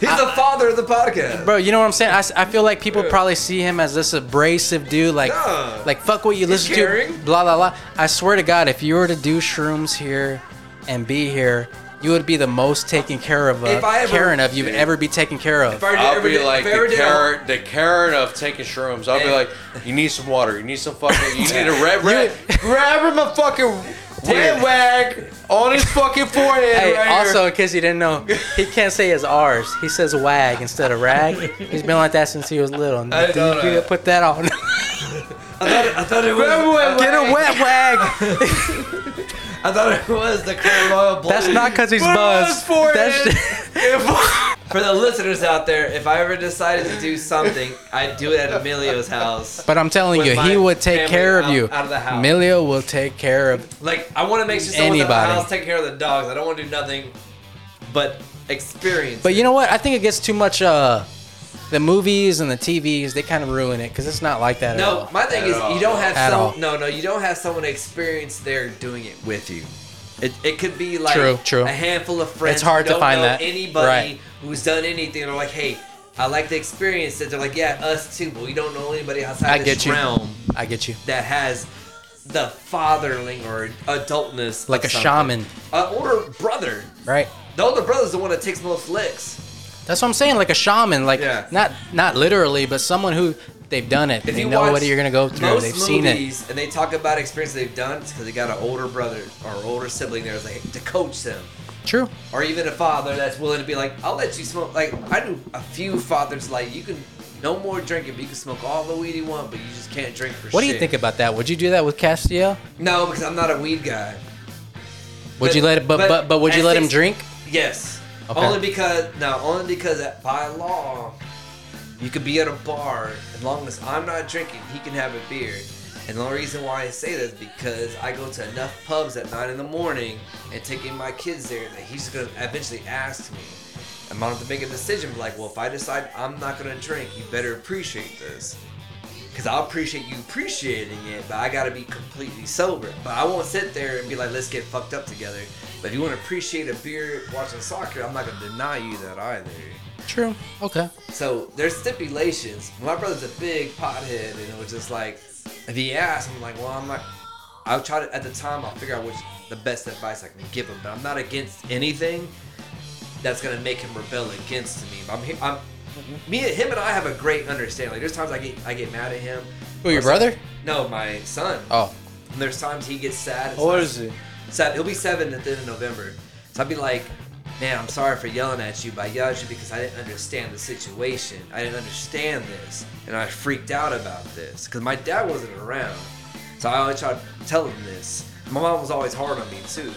[SPEAKER 4] He's the father of the podcast.
[SPEAKER 3] bro. You know what I'm saying? I, s- I feel like people probably see him as this abrasive dude, like
[SPEAKER 4] Nah.
[SPEAKER 3] like fuck what you listen
[SPEAKER 4] caring.
[SPEAKER 3] to, blah blah blah. I swear to God, if you were to do shrooms here and be here, you would be the most taken care of, uh,
[SPEAKER 4] If I ever-
[SPEAKER 3] caring of you've
[SPEAKER 5] Dude.
[SPEAKER 3] ever be taken care of.
[SPEAKER 4] If I were to
[SPEAKER 5] I'll
[SPEAKER 4] ever
[SPEAKER 5] be
[SPEAKER 4] do-
[SPEAKER 5] like
[SPEAKER 4] if I ever
[SPEAKER 5] the
[SPEAKER 4] did a-
[SPEAKER 5] carrot, the carrot of taking shrooms. I'll be
[SPEAKER 4] Hey.
[SPEAKER 5] like, you need some water. You need some fucking. You need a red, red. Grab him a fucking Dead wag on his fucking forehead.
[SPEAKER 3] Hey,
[SPEAKER 5] right
[SPEAKER 3] also,
[SPEAKER 5] here.
[SPEAKER 3] in case you didn't know, he can't say his R's. He says wag instead of rag. He's been like that since he was little. And
[SPEAKER 4] I know
[SPEAKER 3] you
[SPEAKER 4] that.
[SPEAKER 3] put that on.
[SPEAKER 4] I thought it, I thought it was.
[SPEAKER 3] Get a wet wag.
[SPEAKER 4] I thought it was the Crown Royal Blue.
[SPEAKER 3] That's not because he's
[SPEAKER 5] Put it on his
[SPEAKER 3] buzzed.
[SPEAKER 5] forehead.
[SPEAKER 3] That's-
[SPEAKER 4] For the listeners out there, if I ever decided to do something, I'd do it at Emilio's house.
[SPEAKER 3] but I'm telling
[SPEAKER 4] With
[SPEAKER 3] you,
[SPEAKER 4] my
[SPEAKER 3] he would take
[SPEAKER 4] family
[SPEAKER 3] care of
[SPEAKER 4] out-
[SPEAKER 3] you.
[SPEAKER 4] out of the house.
[SPEAKER 3] Emilio will take care of
[SPEAKER 4] Like, I want to make sure someone's at
[SPEAKER 3] Anybody.
[SPEAKER 4] the house taking care of the dogs. I don't want to do nothing but experience.
[SPEAKER 3] But you know what? I think it gets too much. Uh, the movies and the TVs they kind of ruin it because it's not like that at
[SPEAKER 4] no,
[SPEAKER 3] all.
[SPEAKER 4] my thing
[SPEAKER 5] At
[SPEAKER 4] is
[SPEAKER 5] all.
[SPEAKER 4] you don't have
[SPEAKER 3] At
[SPEAKER 4] some.
[SPEAKER 3] all.
[SPEAKER 4] No, no, you don't have someone experienced there doing it with you. It, it could be like
[SPEAKER 3] True, true.
[SPEAKER 4] a handful of friends.
[SPEAKER 3] It's hard
[SPEAKER 4] who
[SPEAKER 3] to
[SPEAKER 4] don't
[SPEAKER 3] find
[SPEAKER 4] know
[SPEAKER 3] that.
[SPEAKER 4] anybody
[SPEAKER 3] Right.
[SPEAKER 4] who's done anything. They're like, hey, I like the experience. That they're like, yeah, us too, but we don't know anybody outside
[SPEAKER 3] I
[SPEAKER 4] this
[SPEAKER 3] get you.
[SPEAKER 4] realm
[SPEAKER 3] I get you.
[SPEAKER 4] that has the fatherling or adultness, of
[SPEAKER 3] Like a shaman.
[SPEAKER 4] something. an older brother.
[SPEAKER 3] Right.
[SPEAKER 4] The older brother's the one that takes most licks.
[SPEAKER 3] That's what I'm saying. Like a shaman. Like
[SPEAKER 4] Yeah.
[SPEAKER 3] not not literally, but someone who they've done it. they know what
[SPEAKER 4] watch
[SPEAKER 3] you're gonna go through.
[SPEAKER 4] most
[SPEAKER 3] They've seen it.
[SPEAKER 4] movies And they talk about experience they've done because they got an older brother or older sibling there like, to coach them,
[SPEAKER 3] True.
[SPEAKER 4] or even a father that's willing to be like, "I'll let you smoke." Like I knew a few fathers like you can no more drinking, but you can smoke all the weed you want, but you just can't drink for
[SPEAKER 3] What do
[SPEAKER 4] shit.
[SPEAKER 3] you think about that? Would you do that with Castiel?
[SPEAKER 4] No, because I'm not a weed guy.
[SPEAKER 3] Would
[SPEAKER 4] But-
[SPEAKER 3] you let it? But
[SPEAKER 4] but
[SPEAKER 3] but, but, would you
[SPEAKER 4] at
[SPEAKER 3] let him
[SPEAKER 4] six-
[SPEAKER 3] drink?
[SPEAKER 4] Yes.
[SPEAKER 3] Okay.
[SPEAKER 4] Only because no, only because that by law, you could be at a bar as long as I'm not drinking, he can have a beer. And the only reason why I say that is because I go to enough pubs at nine in the morning and taking my kids there that he's gonna eventually ask me. I'm gonna have to make a decision like, well, if I decide I'm not gonna drink, you better appreciate this. Cause I appreciate you appreciating it, but I gotta be completely sober. But I won't sit there and be like, let's get fucked up together. But if you wanna appreciate a beer watching soccer, I'm not gonna deny you that either.
[SPEAKER 3] True. Okay.
[SPEAKER 4] So there's stipulations. My brother's a big pothead, and it was just like, if he asked, I'm like, well, I'm not. I'll try to at the time. I'll figure out which the best advice I can give him. But I'm not against anything that's gonna make him rebel against me. I'm, he- I'm me, him, and I have a great understanding. Like, there's times I get I get mad at him.
[SPEAKER 3] Who, your
[SPEAKER 4] Or some-
[SPEAKER 3] brother?
[SPEAKER 4] No, my son.
[SPEAKER 3] Oh.
[SPEAKER 4] And there's times he gets sad. It's
[SPEAKER 5] What
[SPEAKER 4] like-
[SPEAKER 5] is it?
[SPEAKER 4] Seven, he'll be seven at the end of November. So I'd be like, man, I'm sorry for yelling at you, but I yelled at you because I didn't understand the situation. I didn't understand this. And I freaked out about this because my dad wasn't around. So I always tried to tell him this. My mom was always hard on me, too.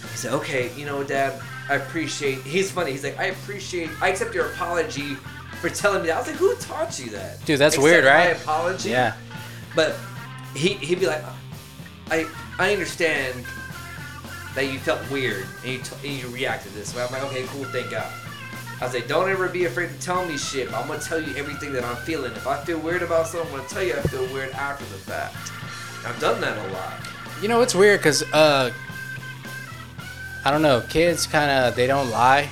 [SPEAKER 4] He said, okay, you know, dad, I appreciate. He's funny. He's like, I appreciate, I accept your apology for telling me that. I was like, who taught you that?
[SPEAKER 3] Dude, that's weird,
[SPEAKER 4] Accept
[SPEAKER 3] right?
[SPEAKER 4] My apology?
[SPEAKER 3] Yeah.
[SPEAKER 4] But he he'd be like, I I understand that you felt weird and you t- and you reacted this way. I'm like, okay, cool, thank God. I was like, don't ever be afraid to tell me shit. I'm gonna tell you everything that I'm feeling. If I feel weird about something, I'm gonna tell you I feel weird after the fact. I've done that a lot.
[SPEAKER 3] You know it's weird because uh, I don't know. Kids kind of they don't lie.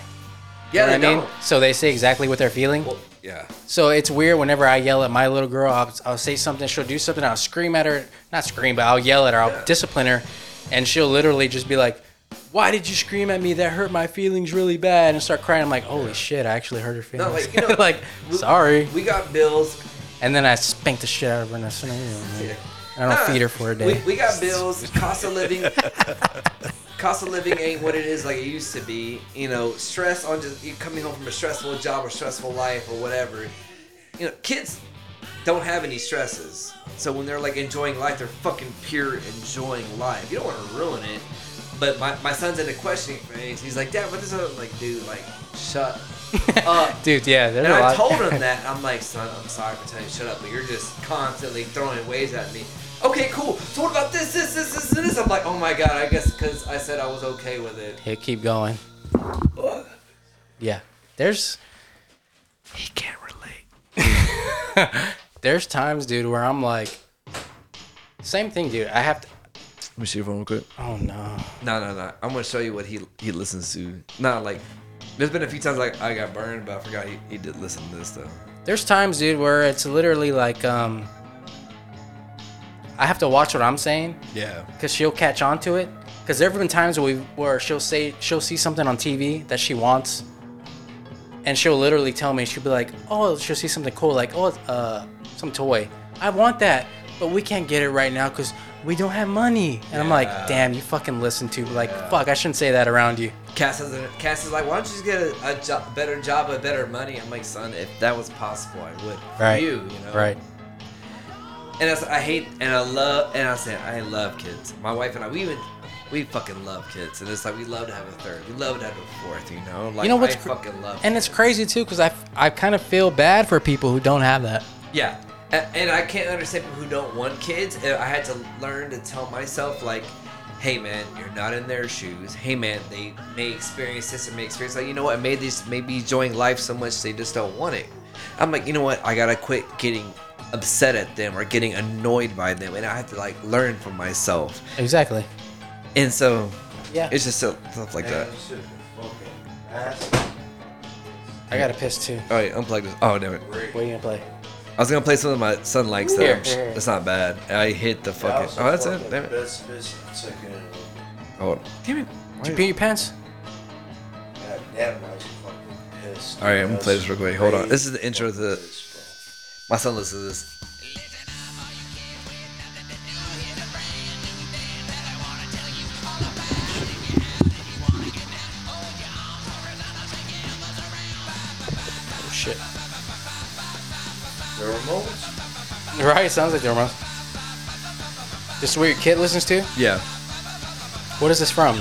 [SPEAKER 3] you know
[SPEAKER 4] Yeah, they
[SPEAKER 3] what I mean.
[SPEAKER 4] don't.
[SPEAKER 3] So they say exactly what they're feeling.
[SPEAKER 4] Well, yeah.
[SPEAKER 3] So it's weird whenever I yell at my little girl, I'll, I'll say something, she'll do something, I'll scream at her, not scream, but I'll yell at her, I'll
[SPEAKER 4] Yeah.
[SPEAKER 3] discipline her, and she'll literally just be like, Why did you scream at me? That hurt my feelings really bad, and start crying. I'm like, Holy shit, I actually hurt her feelings.
[SPEAKER 4] No, like you know,
[SPEAKER 3] Like,
[SPEAKER 4] we-
[SPEAKER 3] sorry.
[SPEAKER 4] We got bills.
[SPEAKER 3] And then I spanked the shit out of her, and I said, "Mm,
[SPEAKER 4] Yeah.
[SPEAKER 3] I don't
[SPEAKER 4] Nah,
[SPEAKER 3] feed her for a
[SPEAKER 4] We,
[SPEAKER 3] day.
[SPEAKER 4] we got bills, cost of living. cost of living ain't what it is like it used to be. You know, stress on just you coming home from a stressful job or stressful life or whatever. You know, kids don't have any stresses. So when they're like enjoying life, they're fucking pure enjoying life. You don't want to ruin it. But my, my son's in a questioning phase. He's like, Dad, what is up? I'm like, dude, like, shut up.
[SPEAKER 3] Dude, yeah, there's
[SPEAKER 4] uh, And
[SPEAKER 3] a
[SPEAKER 4] I
[SPEAKER 3] lot.
[SPEAKER 4] told him that. I'm like, son, I'm sorry for telling you, to shut up, but you're just constantly throwing waves at me. Okay, cool. So what about this, this, this, this, and this? I'm like, oh my god, I guess because I said I was okay with it.
[SPEAKER 3] yeah, keep going. Yeah, there's
[SPEAKER 4] He can't relate.
[SPEAKER 3] there's times, dude, where I'm like, same thing, dude. I have to.
[SPEAKER 4] Let me see your phone real quick.
[SPEAKER 3] Oh no.
[SPEAKER 4] No, no, no. I'm gonna show you what he he listens to. Not like there's been a few times like I got burned, but I forgot he, he did listen to this though.
[SPEAKER 3] There's times, dude, where it's literally like, um, I have to watch what I'm saying
[SPEAKER 4] Yeah.
[SPEAKER 3] because she'll catch on to it. Because there have been times where, we, where she'll say she'll see something on TV that she wants, and she'll literally tell me she'll be like, "Oh, she'll see something cool, like oh, uh, some toy. I want that, but we can't get it right now because we don't have money. And I'm like, damn, you fucking listen to like, fuck, I shouldn't say that around you.
[SPEAKER 4] Cass, has a, Cass is like, why don't you just get a, a jo- better job, with better money? I'm like, son, if that was possible, I would. For
[SPEAKER 3] Right.
[SPEAKER 4] You, you know.
[SPEAKER 3] Right.
[SPEAKER 4] And I, s- I hate and I love and I said I love kids. My wife and I, we even we fucking love kids, and it's like we love to have a third, we love to have a fourth, you know. Like
[SPEAKER 3] you know what's
[SPEAKER 4] I
[SPEAKER 3] cr-
[SPEAKER 4] fucking love.
[SPEAKER 3] and it's crazy too because I, f- I kind of feel bad for people who don't have that.
[SPEAKER 4] Yeah, and, and I can't understand people who don't want kids. And I had to learn to tell myself like, "Hey man, you're not in their shoes. Hey man, they may experience this and may experience like you know what? May this may be enjoying life so much they just don't want it." I'm like, you know what? I gotta quit getting upset at them or getting annoyed by them, and I have to like learn from myself.
[SPEAKER 3] Exactly.
[SPEAKER 4] And so,
[SPEAKER 3] Yeah.
[SPEAKER 4] it's just so- stuff like that.
[SPEAKER 3] I got to piss too.
[SPEAKER 4] All right, unplug this. Oh damn it!
[SPEAKER 3] What are you gonna play?
[SPEAKER 4] I was gonna play something my son likes.
[SPEAKER 3] Here,
[SPEAKER 4] That
[SPEAKER 3] here, here.
[SPEAKER 4] that's not bad. I hit the fucking. Oh, that's it. Damn it.
[SPEAKER 5] Best business chicken in the
[SPEAKER 4] Hold on.
[SPEAKER 3] Damn it! Did you pee your pants?
[SPEAKER 5] world. Goddamn, I was fucking pissed.
[SPEAKER 4] All right, I'm gonna play this real quick. Hold on. This is the
[SPEAKER 5] Crazy
[SPEAKER 4] intro to the-
[SPEAKER 5] fucking pissed,
[SPEAKER 4] My son listens to this.
[SPEAKER 3] Oh shit!
[SPEAKER 5] bro. There were moments.
[SPEAKER 3] Right, sounds like Dormouse. This is what your kid listens to.
[SPEAKER 4] Yeah.
[SPEAKER 3] What is this from?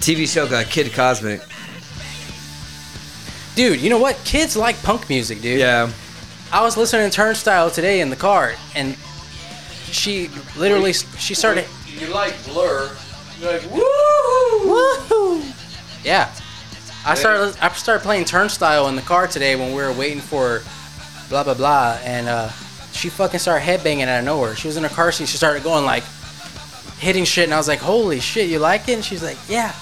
[SPEAKER 4] TV show got Kid Cosmic.
[SPEAKER 3] Dude, you know what? Kids like punk music, dude.
[SPEAKER 4] Yeah.
[SPEAKER 3] I was listening to Turnstile today in the car, and she literally she started.
[SPEAKER 5] You like Blur? You're like, woo!
[SPEAKER 3] Woo! Yeah. I started I started playing Turnstile in the car today when we were waiting for blah blah blah and uh, she fucking started headbanging out of nowhere. She was in her car seat. She started going like hitting shit and I was like, "Holy shit, you like it?" And she's like, "Yeah."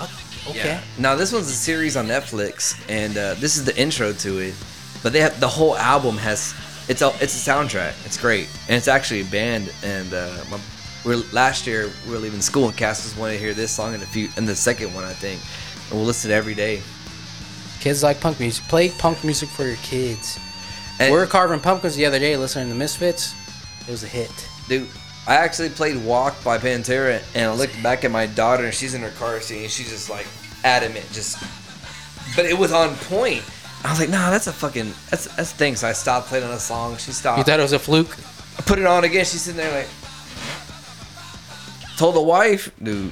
[SPEAKER 3] O- Okay.
[SPEAKER 4] Yeah. Now this one's a series on Netflix, and uh, this is the intro to it. But they have the whole album has it's a it's a soundtrack. It's great, and it's actually a band. And uh, my, we're last year we were leaving school, and Cass just wanted to hear this song and a few and the second one I think, and we'll listen to it every day.
[SPEAKER 3] Kids like punk music. Play punk music for your kids.
[SPEAKER 4] And
[SPEAKER 3] we were carving pumpkins the other day listening to Misfits. It was a hit.
[SPEAKER 4] Dude, I actually played Walk by Pantera, and I looked back at my daughter, and she's in her car seat, and she's just like adamant, just. But it was on point. I was like, nah, that's a fucking that's that's a thing. So I stopped playing on a song. She stopped.
[SPEAKER 3] You thought it was a fluke?
[SPEAKER 4] I put it on again. She's sitting there like. Told the wife, dude.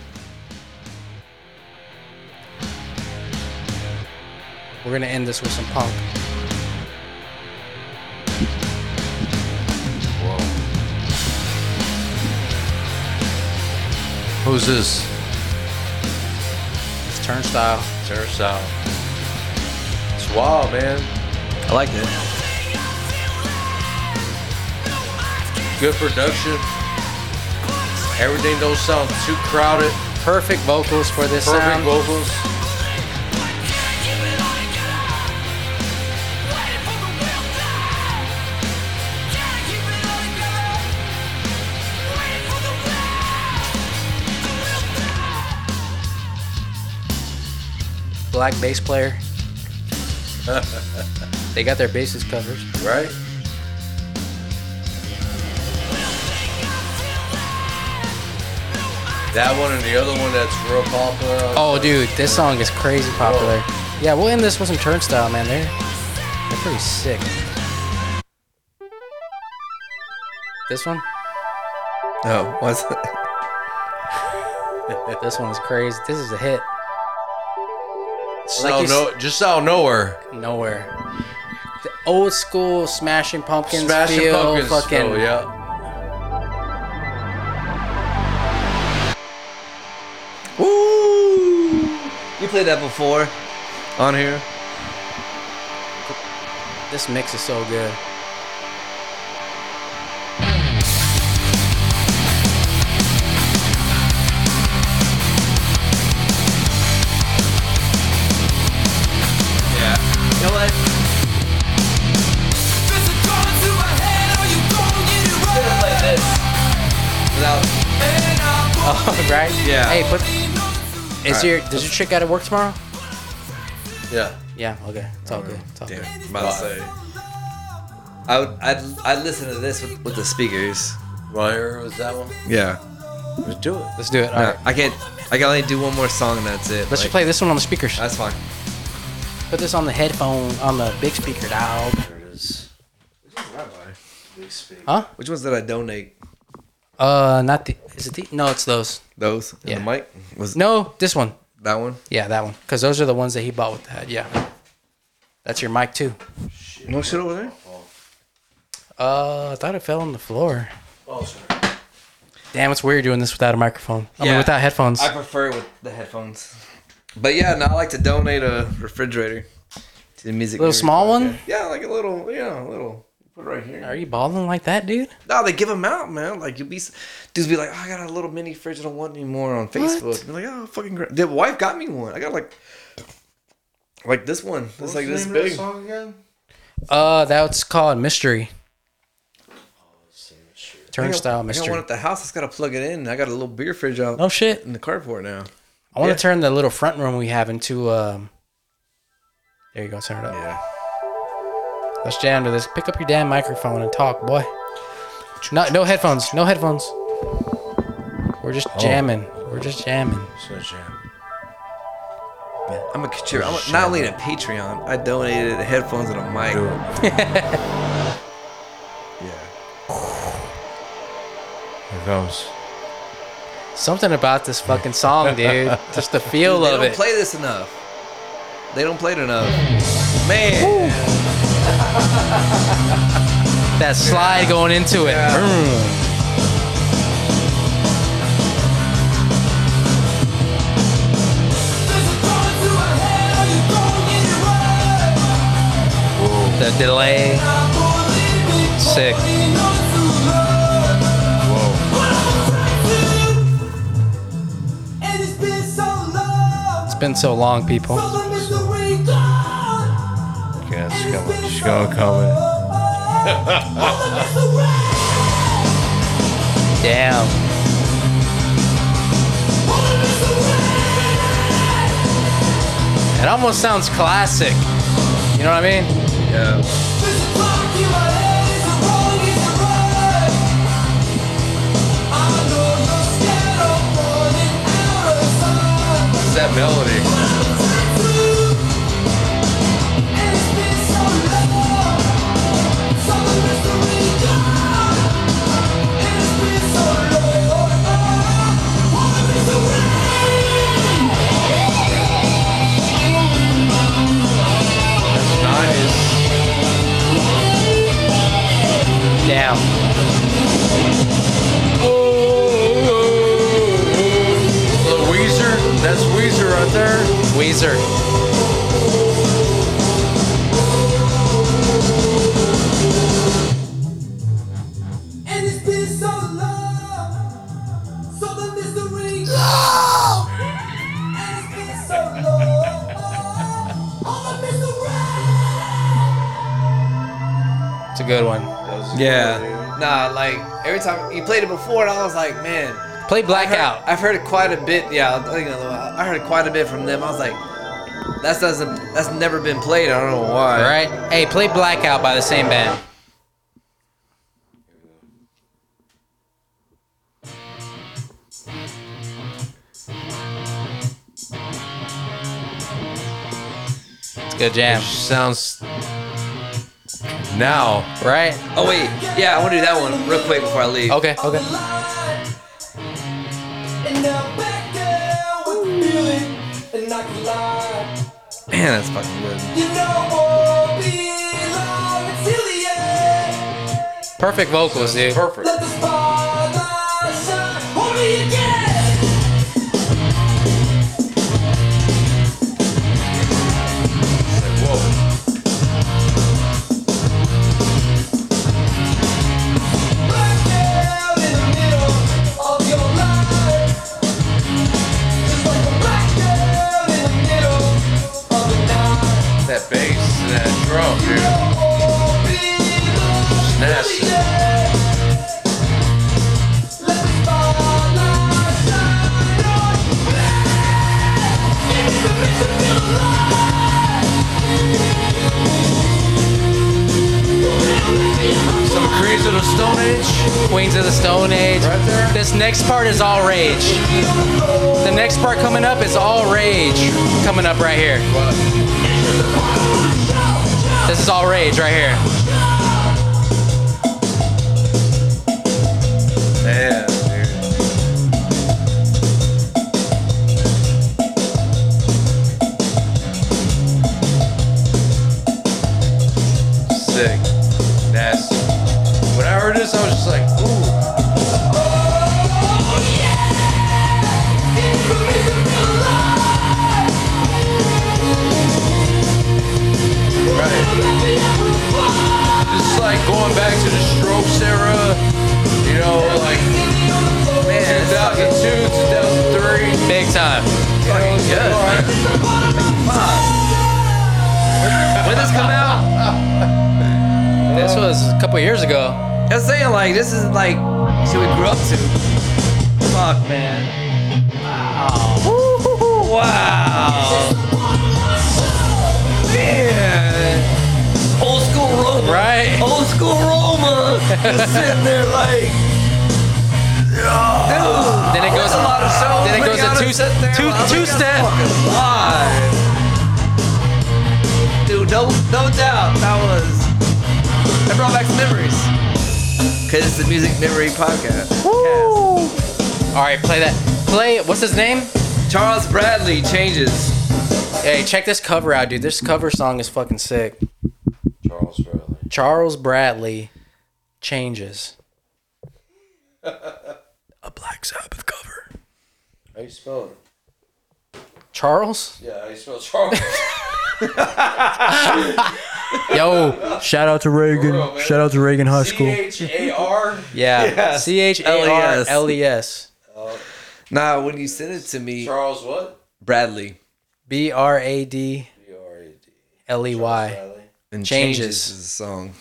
[SPEAKER 3] We're gonna end this with some punk.
[SPEAKER 5] Who's this?
[SPEAKER 3] It's Turnstile.
[SPEAKER 5] Turnstile. It's wild, man.
[SPEAKER 4] I like it.
[SPEAKER 5] Good production. Everything don't sound too crowded.
[SPEAKER 3] Perfect vocals for this
[SPEAKER 5] Perfect
[SPEAKER 3] sound.
[SPEAKER 5] vocals.
[SPEAKER 3] black bass player. they got their basses covered.
[SPEAKER 5] Right? That one and the other one that's real popular. on-
[SPEAKER 3] Oh, dude, Oh. this song is crazy popular. Yeah, we'll end this with some Turnstile, man. They're they're pretty sick. This one,
[SPEAKER 4] No, what's
[SPEAKER 3] this one is crazy. This is a hit.
[SPEAKER 5] Just
[SPEAKER 3] like
[SPEAKER 5] out
[SPEAKER 3] you
[SPEAKER 5] no, just out of nowhere.
[SPEAKER 3] Nowhere. The old school Smashing Pumpkins
[SPEAKER 5] Smashing
[SPEAKER 3] feel,
[SPEAKER 5] pumpkins.
[SPEAKER 3] fucking
[SPEAKER 5] Oh, yeah.
[SPEAKER 4] Woo! You played that before, on here.
[SPEAKER 3] This mix is so good.
[SPEAKER 4] Yeah. You know what? Should have played this. Without
[SPEAKER 3] Oh, right?
[SPEAKER 4] Yeah.
[SPEAKER 3] Hey, put. Is
[SPEAKER 4] Alright.
[SPEAKER 3] your does your chick out of work tomorrow?
[SPEAKER 5] Yeah.
[SPEAKER 3] Yeah. Okay. It's all good. It's all
[SPEAKER 4] Damn,
[SPEAKER 3] good.
[SPEAKER 4] I'm about to say. I would, I'd, I'd listen to this with, with the speakers.
[SPEAKER 5] Want to hear it was that one?
[SPEAKER 4] Yeah.
[SPEAKER 5] Let's do it.
[SPEAKER 3] Let's do it. All right.
[SPEAKER 4] I can't. I can only do one more song and that's it.
[SPEAKER 3] Let's just play this one on the speakers.
[SPEAKER 5] Uh,
[SPEAKER 4] That's fine.
[SPEAKER 3] Put this on the headphone, on the big speaker, dog.
[SPEAKER 5] There it is.
[SPEAKER 3] Huh?
[SPEAKER 4] Which ones did I donate?
[SPEAKER 3] Uh, not the. Is it the? No, it's those.
[SPEAKER 4] Those? And
[SPEAKER 3] Yeah.
[SPEAKER 4] The mic? Was
[SPEAKER 3] No, this one.
[SPEAKER 4] that one?
[SPEAKER 3] Yeah, that one. Because those are the ones that he bought with that. Yeah. That's your mic too.
[SPEAKER 4] No shit over there?
[SPEAKER 3] Uh, I thought it fell on the floor.
[SPEAKER 5] Oh, sorry.
[SPEAKER 3] Damn, it's weird doing this without a microphone. I mean,
[SPEAKER 4] Yeah.
[SPEAKER 3] without headphones.
[SPEAKER 4] I prefer it with the headphones. But yeah, no, I like to donate a refrigerator to the music.
[SPEAKER 3] Little
[SPEAKER 4] Nerds
[SPEAKER 3] small one?
[SPEAKER 4] Podcast. Yeah, like a little, yeah, a little. Put it right here.
[SPEAKER 3] Are you balling like that, dude?
[SPEAKER 4] No, they give them out, man. Like you'll be s- dudes be like, oh, I got a little mini fridge I don't want anymore on Facebook. Be like, oh fucking, gra-. the wife got me one. I got like, like this one. It's like this big.
[SPEAKER 5] song again?
[SPEAKER 3] Uh, that's called mystery. Turnstile
[SPEAKER 4] I got- I got one
[SPEAKER 3] mystery.
[SPEAKER 4] at the house. I just gotta plug it in. I got a little beer fridge out
[SPEAKER 3] Oh shit!
[SPEAKER 4] in the carport now.
[SPEAKER 3] I want to
[SPEAKER 4] Yeah.
[SPEAKER 3] turn the little front room we have into. Um, there you go. Turn it up.
[SPEAKER 4] Yeah.
[SPEAKER 3] Let's jam to this. Pick up your damn microphone and talk, boy. No, no headphones. No headphones. We're
[SPEAKER 4] Oh.
[SPEAKER 3] just jamming. We're just jamming.
[SPEAKER 5] So jam.
[SPEAKER 4] I'm a contributor. I'm a- not only a Patreon, I donated headphones and a mic.
[SPEAKER 5] Do it. yeah. Here it comes.
[SPEAKER 3] Something about this fucking song, dude. Just the feel
[SPEAKER 4] They
[SPEAKER 3] of
[SPEAKER 4] don't
[SPEAKER 3] it.
[SPEAKER 4] play this enough. They don't play it enough. Man.
[SPEAKER 3] that slide going into it. Vroom. The delay. Sick. It's been so long, people.
[SPEAKER 5] Yeah, it's coming. She's gonna come in.
[SPEAKER 3] Damn. It almost sounds classic. You know what I mean?
[SPEAKER 4] Yeah.
[SPEAKER 5] What's that melody? It's nice.
[SPEAKER 3] Damn.
[SPEAKER 5] The Weezer. That's Weezer right there.
[SPEAKER 3] Weezer.
[SPEAKER 6] And it's been so long, so the mystery And it's been so long, all the mystery
[SPEAKER 3] It's a good one.
[SPEAKER 5] That's
[SPEAKER 4] Yeah. Nah, like every time you played it before, and I was like, man,
[SPEAKER 3] Play Blackout.
[SPEAKER 4] I've heard quite a bit. Yeah, I think I heard quite a bit from them. I was like, that's doesn't that's never been played. I don't know why.
[SPEAKER 3] All right. Hey, play Blackout by the same band. It's a good jam,
[SPEAKER 5] Sounds. Now.
[SPEAKER 3] right?
[SPEAKER 4] Oh wait, yeah, I want to do that one real quick before I leave.
[SPEAKER 3] Okay, okay.
[SPEAKER 6] And now back down with the feeling And I can lie
[SPEAKER 4] Man, that's fucking good.
[SPEAKER 6] You know won't be long until the end
[SPEAKER 3] Perfect vocals, dude.
[SPEAKER 5] Perfect.
[SPEAKER 6] Let the spotlight shine on me again
[SPEAKER 5] Whoa. That bass and that drum, dude. It's nasty. Some crazy the Stone Age.
[SPEAKER 3] Queens of the Stone Age.
[SPEAKER 5] Right there.
[SPEAKER 3] This next part is all rage. The next part coming up is all rage. Coming up right here. This is all rage right here.
[SPEAKER 5] Damn, dude. Sick. Nasty. When I heard this, I was just like, ooh. Right. This is like going back to the Strokes era, you know, like
[SPEAKER 4] Man, it's fucking
[SPEAKER 5] 2002, 2003.
[SPEAKER 3] Big time.
[SPEAKER 4] fucking good. When this come out?
[SPEAKER 3] This was a couple years ago.
[SPEAKER 4] That's saying like this is like shit we grew up to. Fuck man. Wow. Woo-hoo-hoo, Wow. Man. Old school Roma.
[SPEAKER 3] Right?
[SPEAKER 4] Old school Roma. Just sitting there like. Dude.
[SPEAKER 3] Then it goes-
[SPEAKER 4] There's a lot of shows.
[SPEAKER 3] then it
[SPEAKER 4] we
[SPEAKER 3] goes to
[SPEAKER 4] gotta
[SPEAKER 3] two-
[SPEAKER 4] sit there
[SPEAKER 3] two-
[SPEAKER 4] while we
[SPEAKER 3] two
[SPEAKER 4] gotta
[SPEAKER 3] step.
[SPEAKER 4] fucking live. Dude, no, no doubt that was. That brought back some memories. Cause it's the Music Memory Podcast.
[SPEAKER 3] Alright, play that. Play what's his name?
[SPEAKER 4] Charles Bradley changes.
[SPEAKER 3] Hey, check this cover out, dude. This cover song is fucking sick.
[SPEAKER 5] Charles Bradley.
[SPEAKER 3] Charles Bradley changes. A Black Sabbath cover.
[SPEAKER 5] How you spell it?
[SPEAKER 3] Charles?
[SPEAKER 5] Yeah, how you spell Charles?
[SPEAKER 3] Yo, shout out to Reagan.
[SPEAKER 5] real, man. Shout
[SPEAKER 3] out to Reagan High
[SPEAKER 5] C H A R.
[SPEAKER 3] Yeah.
[SPEAKER 4] Yes.
[SPEAKER 3] C H A R L E S.
[SPEAKER 4] Nah, when you sent it to me,
[SPEAKER 5] Charles what?
[SPEAKER 4] Bradley
[SPEAKER 3] B R A D
[SPEAKER 5] B R A D.
[SPEAKER 3] L E Y.
[SPEAKER 5] Bradley.
[SPEAKER 4] and
[SPEAKER 3] Changes.
[SPEAKER 4] changes, is the song.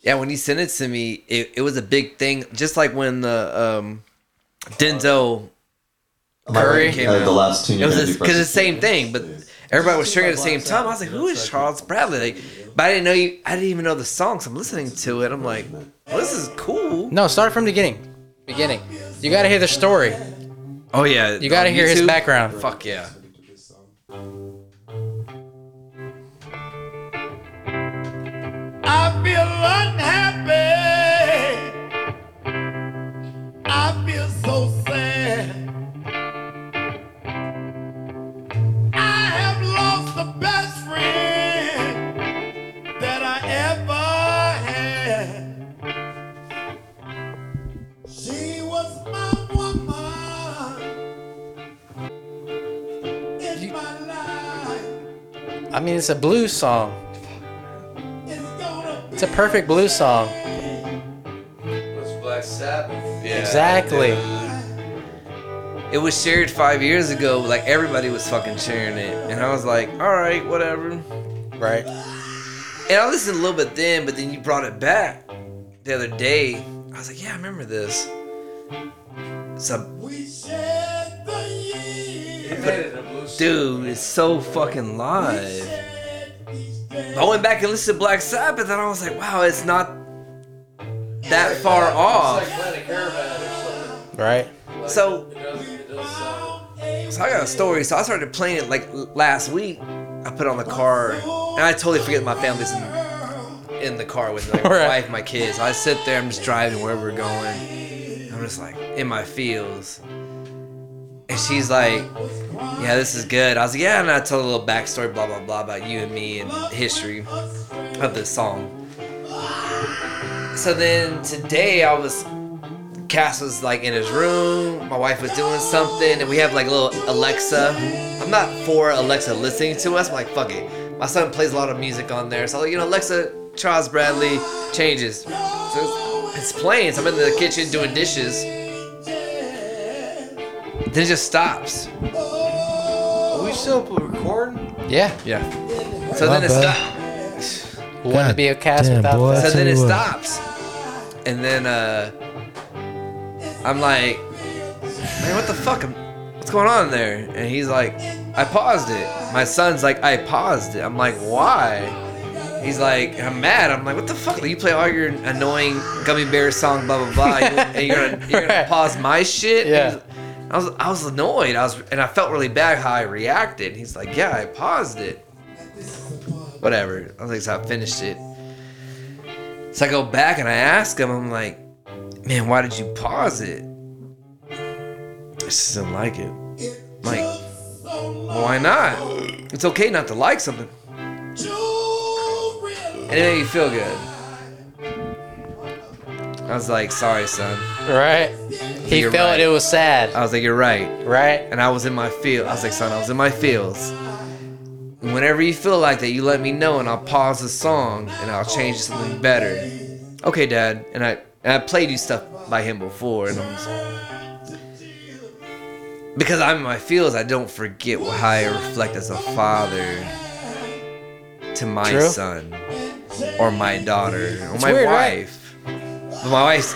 [SPEAKER 4] Yeah, when you sent it to me, it, it was a big thing. Just like when the um, Denzel Curry came
[SPEAKER 7] Uh, the
[SPEAKER 4] out.
[SPEAKER 7] last two.
[SPEAKER 4] It was because the same thing, but everybody was sharing it at the same time. I was like, "Who is Charles Bradley?" Like, but I didn't know you. I didn't even know the songs. I'm listening to it. I'm like, well, "This is cool."
[SPEAKER 3] No, start from the beginning. Beginning. You gotta hear the story.
[SPEAKER 4] Oh yeah,
[SPEAKER 3] You gotta
[SPEAKER 4] on
[SPEAKER 3] hear his
[SPEAKER 4] YouTube?
[SPEAKER 3] background.
[SPEAKER 4] Fuck yeah.
[SPEAKER 8] I feel unhappy. I feel so sad. I have lost the best friend that I ever had. She was my woman in my life.
[SPEAKER 3] I mean, it's a blues song.
[SPEAKER 8] It's gonna
[SPEAKER 3] It's a perfect blues song.
[SPEAKER 5] What's Black Sabbath? Yeah.
[SPEAKER 3] Exactly.
[SPEAKER 4] It was shared five years ago. Like everybody was fucking sharing it, and I was like, "All right, whatever."
[SPEAKER 3] Right?
[SPEAKER 4] And I listened a little bit then, but then you brought it back the other day. I was like, yeah, I remember this. So,
[SPEAKER 8] We shed the years.
[SPEAKER 4] dude, it's so fucking live. I went back and listened to Black Sabbath, and I was like, wow, it's not that far off.
[SPEAKER 3] Right?
[SPEAKER 4] So, so I got a story. So I started playing it like l- last week. I put it on the car, and I totally forget my family's in, in the car with me, like my
[SPEAKER 3] Right.
[SPEAKER 4] wife, my kids. I sit there, I'm just driving wherever we're going. I'm just like in my feels, and she's like, "Yeah, this is good." I was like, "Yeah," and I told a little backstory, blah blah blah, about you and me and history of this song. So then today I was Cass was like in his room. My wife was doing something, and we have like a little Alexa. I'm not for Alexa listening to us. I'm like, fuck it. My son plays a lot of music on there, so I'm like, you know, Alexa, Charles Bradley changes. So it's- it's playing. So I'm in the kitchen doing dishes. Then it just stops.
[SPEAKER 5] Are we still recording?
[SPEAKER 3] Yeah.
[SPEAKER 4] Yeah. So then it
[SPEAKER 9] bad.
[SPEAKER 4] stops.
[SPEAKER 3] Wouldn't it be a cast
[SPEAKER 9] damn,
[SPEAKER 3] without
[SPEAKER 9] boy.
[SPEAKER 3] that?
[SPEAKER 4] So
[SPEAKER 9] tell
[SPEAKER 4] then
[SPEAKER 9] you
[SPEAKER 4] it
[SPEAKER 9] what.
[SPEAKER 4] stops. And then uh I'm like, man, what the fuck? I'm- What's going on there? And he's like, I paused it. My son's like, I paused it. I'm like, why? He's like, I'm mad. I'm like, what the fuck? You play all your annoying gummy bear song, blah blah blah, and you're gonna, you're gonna
[SPEAKER 3] Right.
[SPEAKER 4] pause my shit. And
[SPEAKER 3] Yeah.
[SPEAKER 4] he's- I was I was annoyed. I was and I felt really bad how I reacted. He's like, yeah, I paused it. Whatever. I was like, so I finished it. So I go back and I ask him. I'm like, man, why did you pause it? I just didn't like it. I'm like, well, why not? It's okay not to like something. And it made me feel good. I was like, sorry, son.
[SPEAKER 3] Right? He
[SPEAKER 4] You're
[SPEAKER 3] felt
[SPEAKER 4] right.
[SPEAKER 3] it was sad.
[SPEAKER 4] I was like, you're right.
[SPEAKER 3] Right?
[SPEAKER 4] And I was in my feel. I was like, son, I was in my feels. And Whenever you feel like that, you let me know, and I'll pause the song and I'll change to something better. Okay, Dad. And I and I played you stuff by him before, and I'm just, because I'm in my feels, I don't forget how I reflect as a father to my
[SPEAKER 3] True.
[SPEAKER 4] son or my daughter or my
[SPEAKER 3] weird, right?
[SPEAKER 4] wife. But my wife's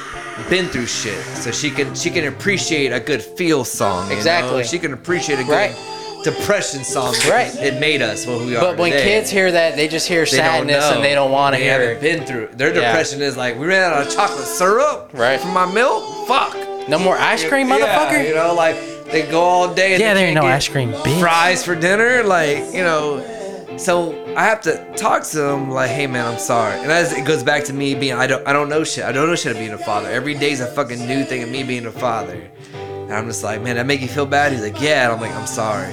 [SPEAKER 4] been through shit, so she can she can appreciate a good feel song. you know?
[SPEAKER 3] Exactly.
[SPEAKER 4] she can appreciate a good
[SPEAKER 3] Right.
[SPEAKER 4] depression song.
[SPEAKER 3] Right.
[SPEAKER 4] it made us what we are.
[SPEAKER 3] But when
[SPEAKER 4] today.
[SPEAKER 3] kids hear that, they just hear
[SPEAKER 4] They don't
[SPEAKER 3] sadness
[SPEAKER 4] know.
[SPEAKER 3] and they don't want to
[SPEAKER 4] They
[SPEAKER 3] hear
[SPEAKER 4] haven't
[SPEAKER 3] it.
[SPEAKER 4] been through. Their
[SPEAKER 3] Yeah.
[SPEAKER 4] depression is like we ran out of chocolate syrup
[SPEAKER 3] Right.
[SPEAKER 4] from my milk. Fuck,
[SPEAKER 3] No more ice cream,
[SPEAKER 4] Yeah,
[SPEAKER 3] motherfucker?
[SPEAKER 4] you know, like they go all day. And
[SPEAKER 3] Yeah,
[SPEAKER 4] they
[SPEAKER 3] there ain't
[SPEAKER 4] can't
[SPEAKER 3] no
[SPEAKER 4] get
[SPEAKER 3] ice cream, bitch.
[SPEAKER 4] Fries for dinner, like you know. So I have to talk to them like, hey man, I'm sorry. And as it goes back to me being, I don't, I don't know shit. I don't know shit of being a father. Every day's a fucking new thing of me being a father. And I'm just like, man, that make you feel bad. He's like, yeah. And I'm like, I'm sorry.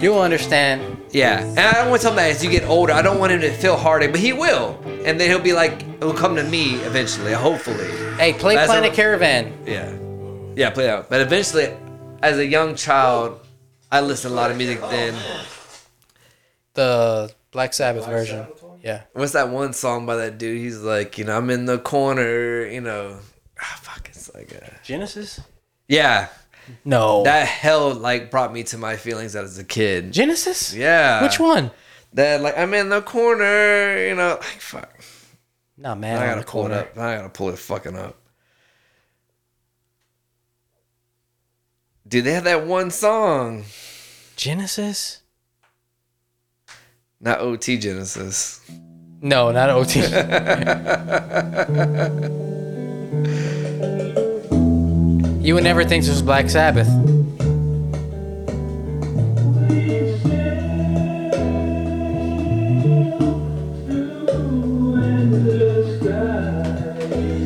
[SPEAKER 3] You'll understand.
[SPEAKER 4] Yeah, and I don't want to tell him that as you get older, I don't want him to feel heartache, but he will, and then he'll be like, it'll come to me eventually, hopefully.
[SPEAKER 3] Hey, play
[SPEAKER 4] That's
[SPEAKER 3] Planet
[SPEAKER 4] a-
[SPEAKER 3] Caravan.
[SPEAKER 4] Yeah, yeah, play out. But eventually, as a young child, I listened to a lot of music then.
[SPEAKER 3] The Black Sabbath version. Yeah.
[SPEAKER 4] What's that one song by that dude? He's like, you know, I'm in the corner, you know. Ah, fuck, it's like a
[SPEAKER 3] Genesis?
[SPEAKER 4] yeah.
[SPEAKER 3] No.
[SPEAKER 4] That hell like brought me to my feelings as a kid.
[SPEAKER 3] Genesis?
[SPEAKER 4] Yeah.
[SPEAKER 3] Which one?
[SPEAKER 4] That like I'm in the corner, you know. Like fuck.
[SPEAKER 3] Nah, man.
[SPEAKER 4] I
[SPEAKER 3] I'm
[SPEAKER 4] gotta
[SPEAKER 3] a
[SPEAKER 4] pull it
[SPEAKER 3] corner.
[SPEAKER 4] up. I gotta pull it fucking up. Dude, they had that one song.
[SPEAKER 3] Genesis?
[SPEAKER 4] Not OT Genesis.
[SPEAKER 3] No, not OT. you would never think this was Black Sabbath.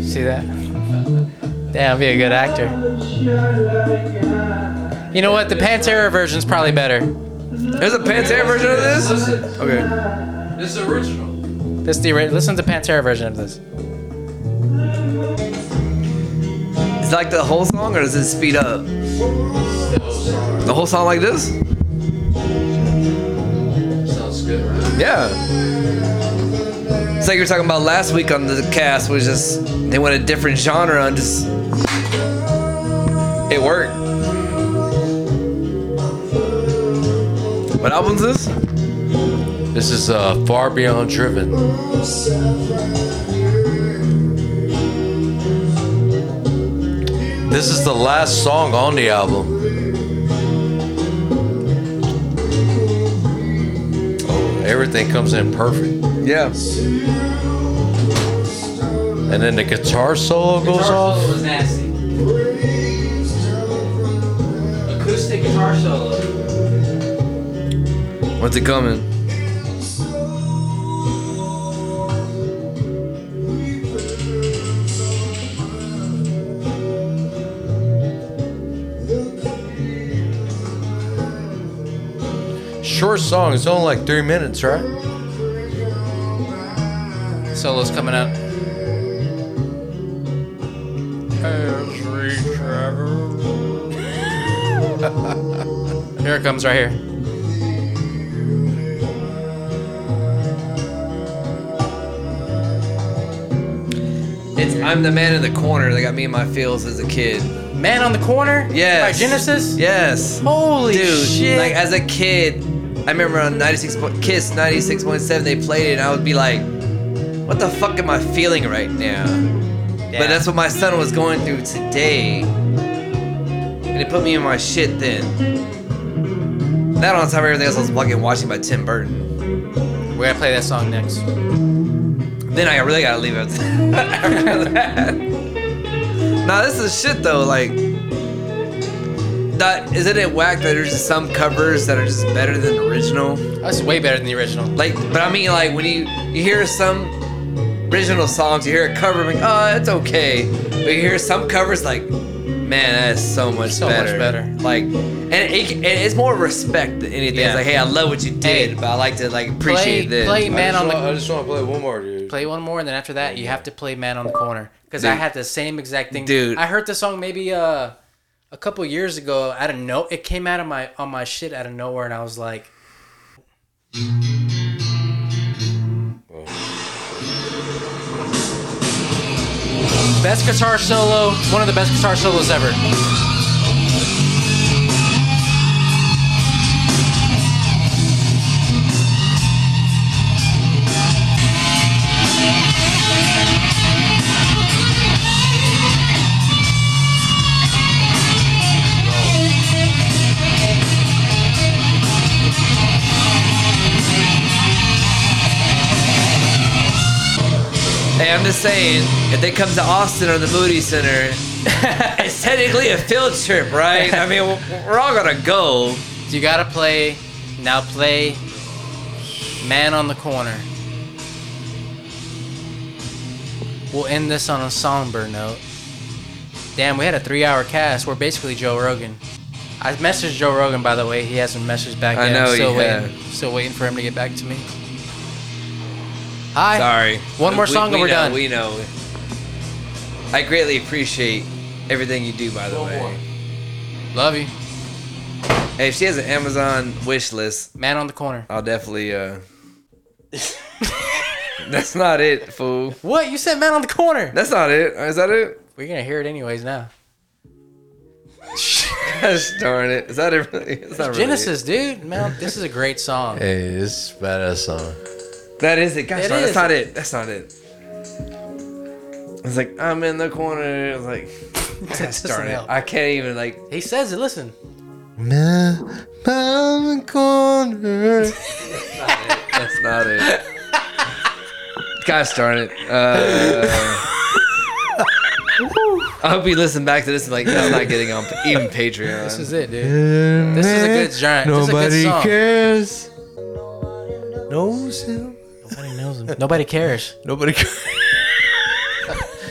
[SPEAKER 3] See that? Damn, be a good actor. You know what? The Pantera version's probably better.
[SPEAKER 4] There's a Pantera version of this?
[SPEAKER 5] Listen,
[SPEAKER 4] Okay.
[SPEAKER 5] this is original.
[SPEAKER 3] This the ori- listen to Pantera version of this.
[SPEAKER 4] Is it like the whole song or does it speed up? The whole song like this?
[SPEAKER 5] Sounds good, right?
[SPEAKER 4] Yeah. It's like you were talking about last week on the cast was just they went a different genre and just it worked. What album's this?
[SPEAKER 5] This is uh, Far Beyond Driven. This is the last song on the album. Oh, everything comes in perfect.
[SPEAKER 4] Yeah.
[SPEAKER 5] And then the guitar solo goes off.
[SPEAKER 3] was nasty. Acoustic guitar solo.
[SPEAKER 4] When's it coming?
[SPEAKER 5] Short song. It's only like three minutes, right?
[SPEAKER 3] Solo's coming up. here it comes right here.
[SPEAKER 4] It's I'm the man in the corner that got me in my feels as a kid.
[SPEAKER 3] Man on the corner.
[SPEAKER 4] Yes.
[SPEAKER 3] By Genesis.
[SPEAKER 4] Yes.
[SPEAKER 3] Holy
[SPEAKER 4] Dude,
[SPEAKER 3] shit.
[SPEAKER 4] like as a kid, I remember on 96 point, Kiss 96.7 they played it and I would be like, what the fuck am I feeling right now?
[SPEAKER 3] Yeah.
[SPEAKER 4] But that's what my son was going through today. And it put me in my shit then. That on top of everything else, I was fucking watching by Tim Burton.
[SPEAKER 3] We're gonna play that song next.
[SPEAKER 4] Then I really gotta leave it after that. Nah, this is shit though. Like, not isn't it whack that there's just some covers that are just better than the original?
[SPEAKER 3] That's way better than the original.
[SPEAKER 4] Like, but I mean, like when you you hear some original songs, you hear a cover, like, oh, it's okay. But you hear some covers, like, man, that is so much
[SPEAKER 3] So much
[SPEAKER 4] better.
[SPEAKER 3] better.
[SPEAKER 4] Like, and it, and it's more respect than anything.
[SPEAKER 3] Yeah.
[SPEAKER 4] It's like, hey, I love what you did,
[SPEAKER 3] Hey,
[SPEAKER 4] but I like to like appreciate
[SPEAKER 3] play,
[SPEAKER 4] this.
[SPEAKER 3] play
[SPEAKER 5] I
[SPEAKER 3] man
[SPEAKER 5] just
[SPEAKER 3] on the
[SPEAKER 5] want- I just want to play one more, dude.
[SPEAKER 3] play one more, and then after that, you have to play Man on the Corner because I
[SPEAKER 4] Dude.
[SPEAKER 3] had the same exact thing.
[SPEAKER 4] Dude.
[SPEAKER 3] I heard the song maybe uh, a couple years ago. I don't know. It came out of my on my shit out of nowhere, and I was like, best guitar solo, one of the best guitar solos ever.
[SPEAKER 4] Hey, I'm just saying, if they come to Austin or the Moody Center, it's technically a field trip, right? I mean, we're- we're all gonna go.
[SPEAKER 3] You gotta play now. Play Man on the Corner. We'll end this on a somber note. Damn, we had a three-hour cast. We're basically Joe Rogan. I messaged Joe Rogan, by the way. He hasn't messaged back
[SPEAKER 4] I
[SPEAKER 3] yet. I'm
[SPEAKER 4] know,
[SPEAKER 3] still
[SPEAKER 4] yeah.
[SPEAKER 3] waiting. Still waiting for him to get back to me. Hi.
[SPEAKER 4] Sorry.
[SPEAKER 3] One more
[SPEAKER 4] We-
[SPEAKER 3] song
[SPEAKER 4] we
[SPEAKER 3] and we're
[SPEAKER 4] know,
[SPEAKER 3] done.
[SPEAKER 4] We know. I greatly appreciate everything you do, by the way.
[SPEAKER 3] Love you.
[SPEAKER 4] Hey, if she has an Amazon wish list,
[SPEAKER 3] Man on the corner.
[SPEAKER 4] I'll definitely. uh That's not it, fool.
[SPEAKER 3] What? You said man on the corner.
[SPEAKER 4] That's not it. Is that it?
[SPEAKER 3] We're gonna hear it anyways now.
[SPEAKER 4] Gosh darn it. Is that it? Really? It's not really it.
[SPEAKER 3] Genesis, dude. Man, this is a great song.
[SPEAKER 5] Hey, this is a badass song.
[SPEAKER 4] That is it. Gosh,
[SPEAKER 3] It
[SPEAKER 4] darn,
[SPEAKER 3] is.
[SPEAKER 4] that's not it. That's not it. It's like I'm in the corner. I was like, gosh
[SPEAKER 3] doesn't
[SPEAKER 4] darn it.
[SPEAKER 3] help.
[SPEAKER 4] I can't even like.
[SPEAKER 3] He says it. Listen.
[SPEAKER 5] Man, man, corner.
[SPEAKER 4] That's not it. gosh darn it. Uh, I hope you listen back to this and like that's not getting on even Patreon.
[SPEAKER 3] This is it, dude. This is a good giant. This is a good
[SPEAKER 5] Nobody
[SPEAKER 3] song.
[SPEAKER 5] cares. Knows him.
[SPEAKER 3] Nobody knows him. Nobody cares.
[SPEAKER 5] Nobody cares.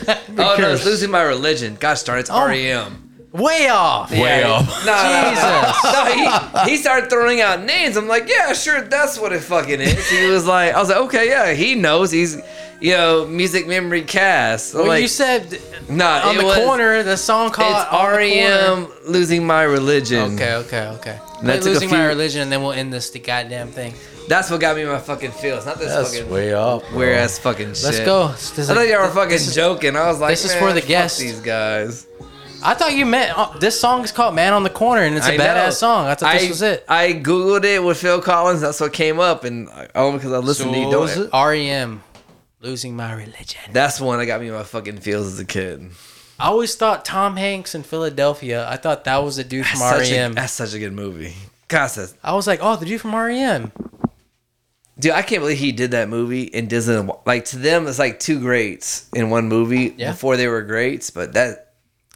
[SPEAKER 4] oh no, it's losing my religion. Gosh darn it, it's REM.
[SPEAKER 3] Oh. Way off.
[SPEAKER 5] Way
[SPEAKER 4] Yeah.
[SPEAKER 5] off.
[SPEAKER 4] No, no, no.
[SPEAKER 3] Jesus.
[SPEAKER 4] no, he, he started throwing out names. I'm like, yeah, sure, that's what it fucking is. He was like, I was like, okay, yeah, he knows. He's, you know, music memory cast. So
[SPEAKER 3] Well,
[SPEAKER 4] like,
[SPEAKER 3] you said
[SPEAKER 4] nah,
[SPEAKER 3] on
[SPEAKER 4] it
[SPEAKER 3] the
[SPEAKER 4] was-
[SPEAKER 3] corner, the song called
[SPEAKER 4] It's E
[SPEAKER 3] On the Corner.
[SPEAKER 4] REM losing my religion.
[SPEAKER 3] Okay, okay, okay.
[SPEAKER 4] And Mm. that
[SPEAKER 3] Play
[SPEAKER 4] took a
[SPEAKER 3] losing my
[SPEAKER 4] few-
[SPEAKER 3] religion, and then we'll end this the goddamn thing.
[SPEAKER 4] that's what got me my fucking feels. Not this
[SPEAKER 5] That's
[SPEAKER 4] fucking
[SPEAKER 5] way off. bro.
[SPEAKER 4] weird ass fucking shit.
[SPEAKER 3] Let's go.
[SPEAKER 4] I thought y'all were fucking joking. I was like,
[SPEAKER 3] this is
[SPEAKER 4] man,
[SPEAKER 3] for the
[SPEAKER 4] fuck
[SPEAKER 3] guests.
[SPEAKER 4] These guys.
[SPEAKER 3] I thought you meant oh, this song is called "Man on the Corner" and it's a
[SPEAKER 4] I know.
[SPEAKER 3] badass song. I thought this
[SPEAKER 4] I-
[SPEAKER 3] was it.
[SPEAKER 4] I googled it with Phil Collins. That's what came up, and I- only because I listened to you.
[SPEAKER 5] what
[SPEAKER 4] do
[SPEAKER 5] was
[SPEAKER 4] it.
[SPEAKER 3] uh,
[SPEAKER 5] it?
[SPEAKER 3] REM, E losing my religion.
[SPEAKER 4] That's the one that got me my fucking feels as a kid.
[SPEAKER 3] I always thought Tom Hanks in Philadelphia. I thought that was the dude from
[SPEAKER 4] Such a-
[SPEAKER 3] REM. I
[SPEAKER 4] that's such a good movie. God, that's-
[SPEAKER 3] was like, oh, the dude from REM.
[SPEAKER 4] dude, I can't believe he did that movie and doesn't like to them. It's like two greats in one movie
[SPEAKER 3] Yeah.
[SPEAKER 4] before they were greats, but that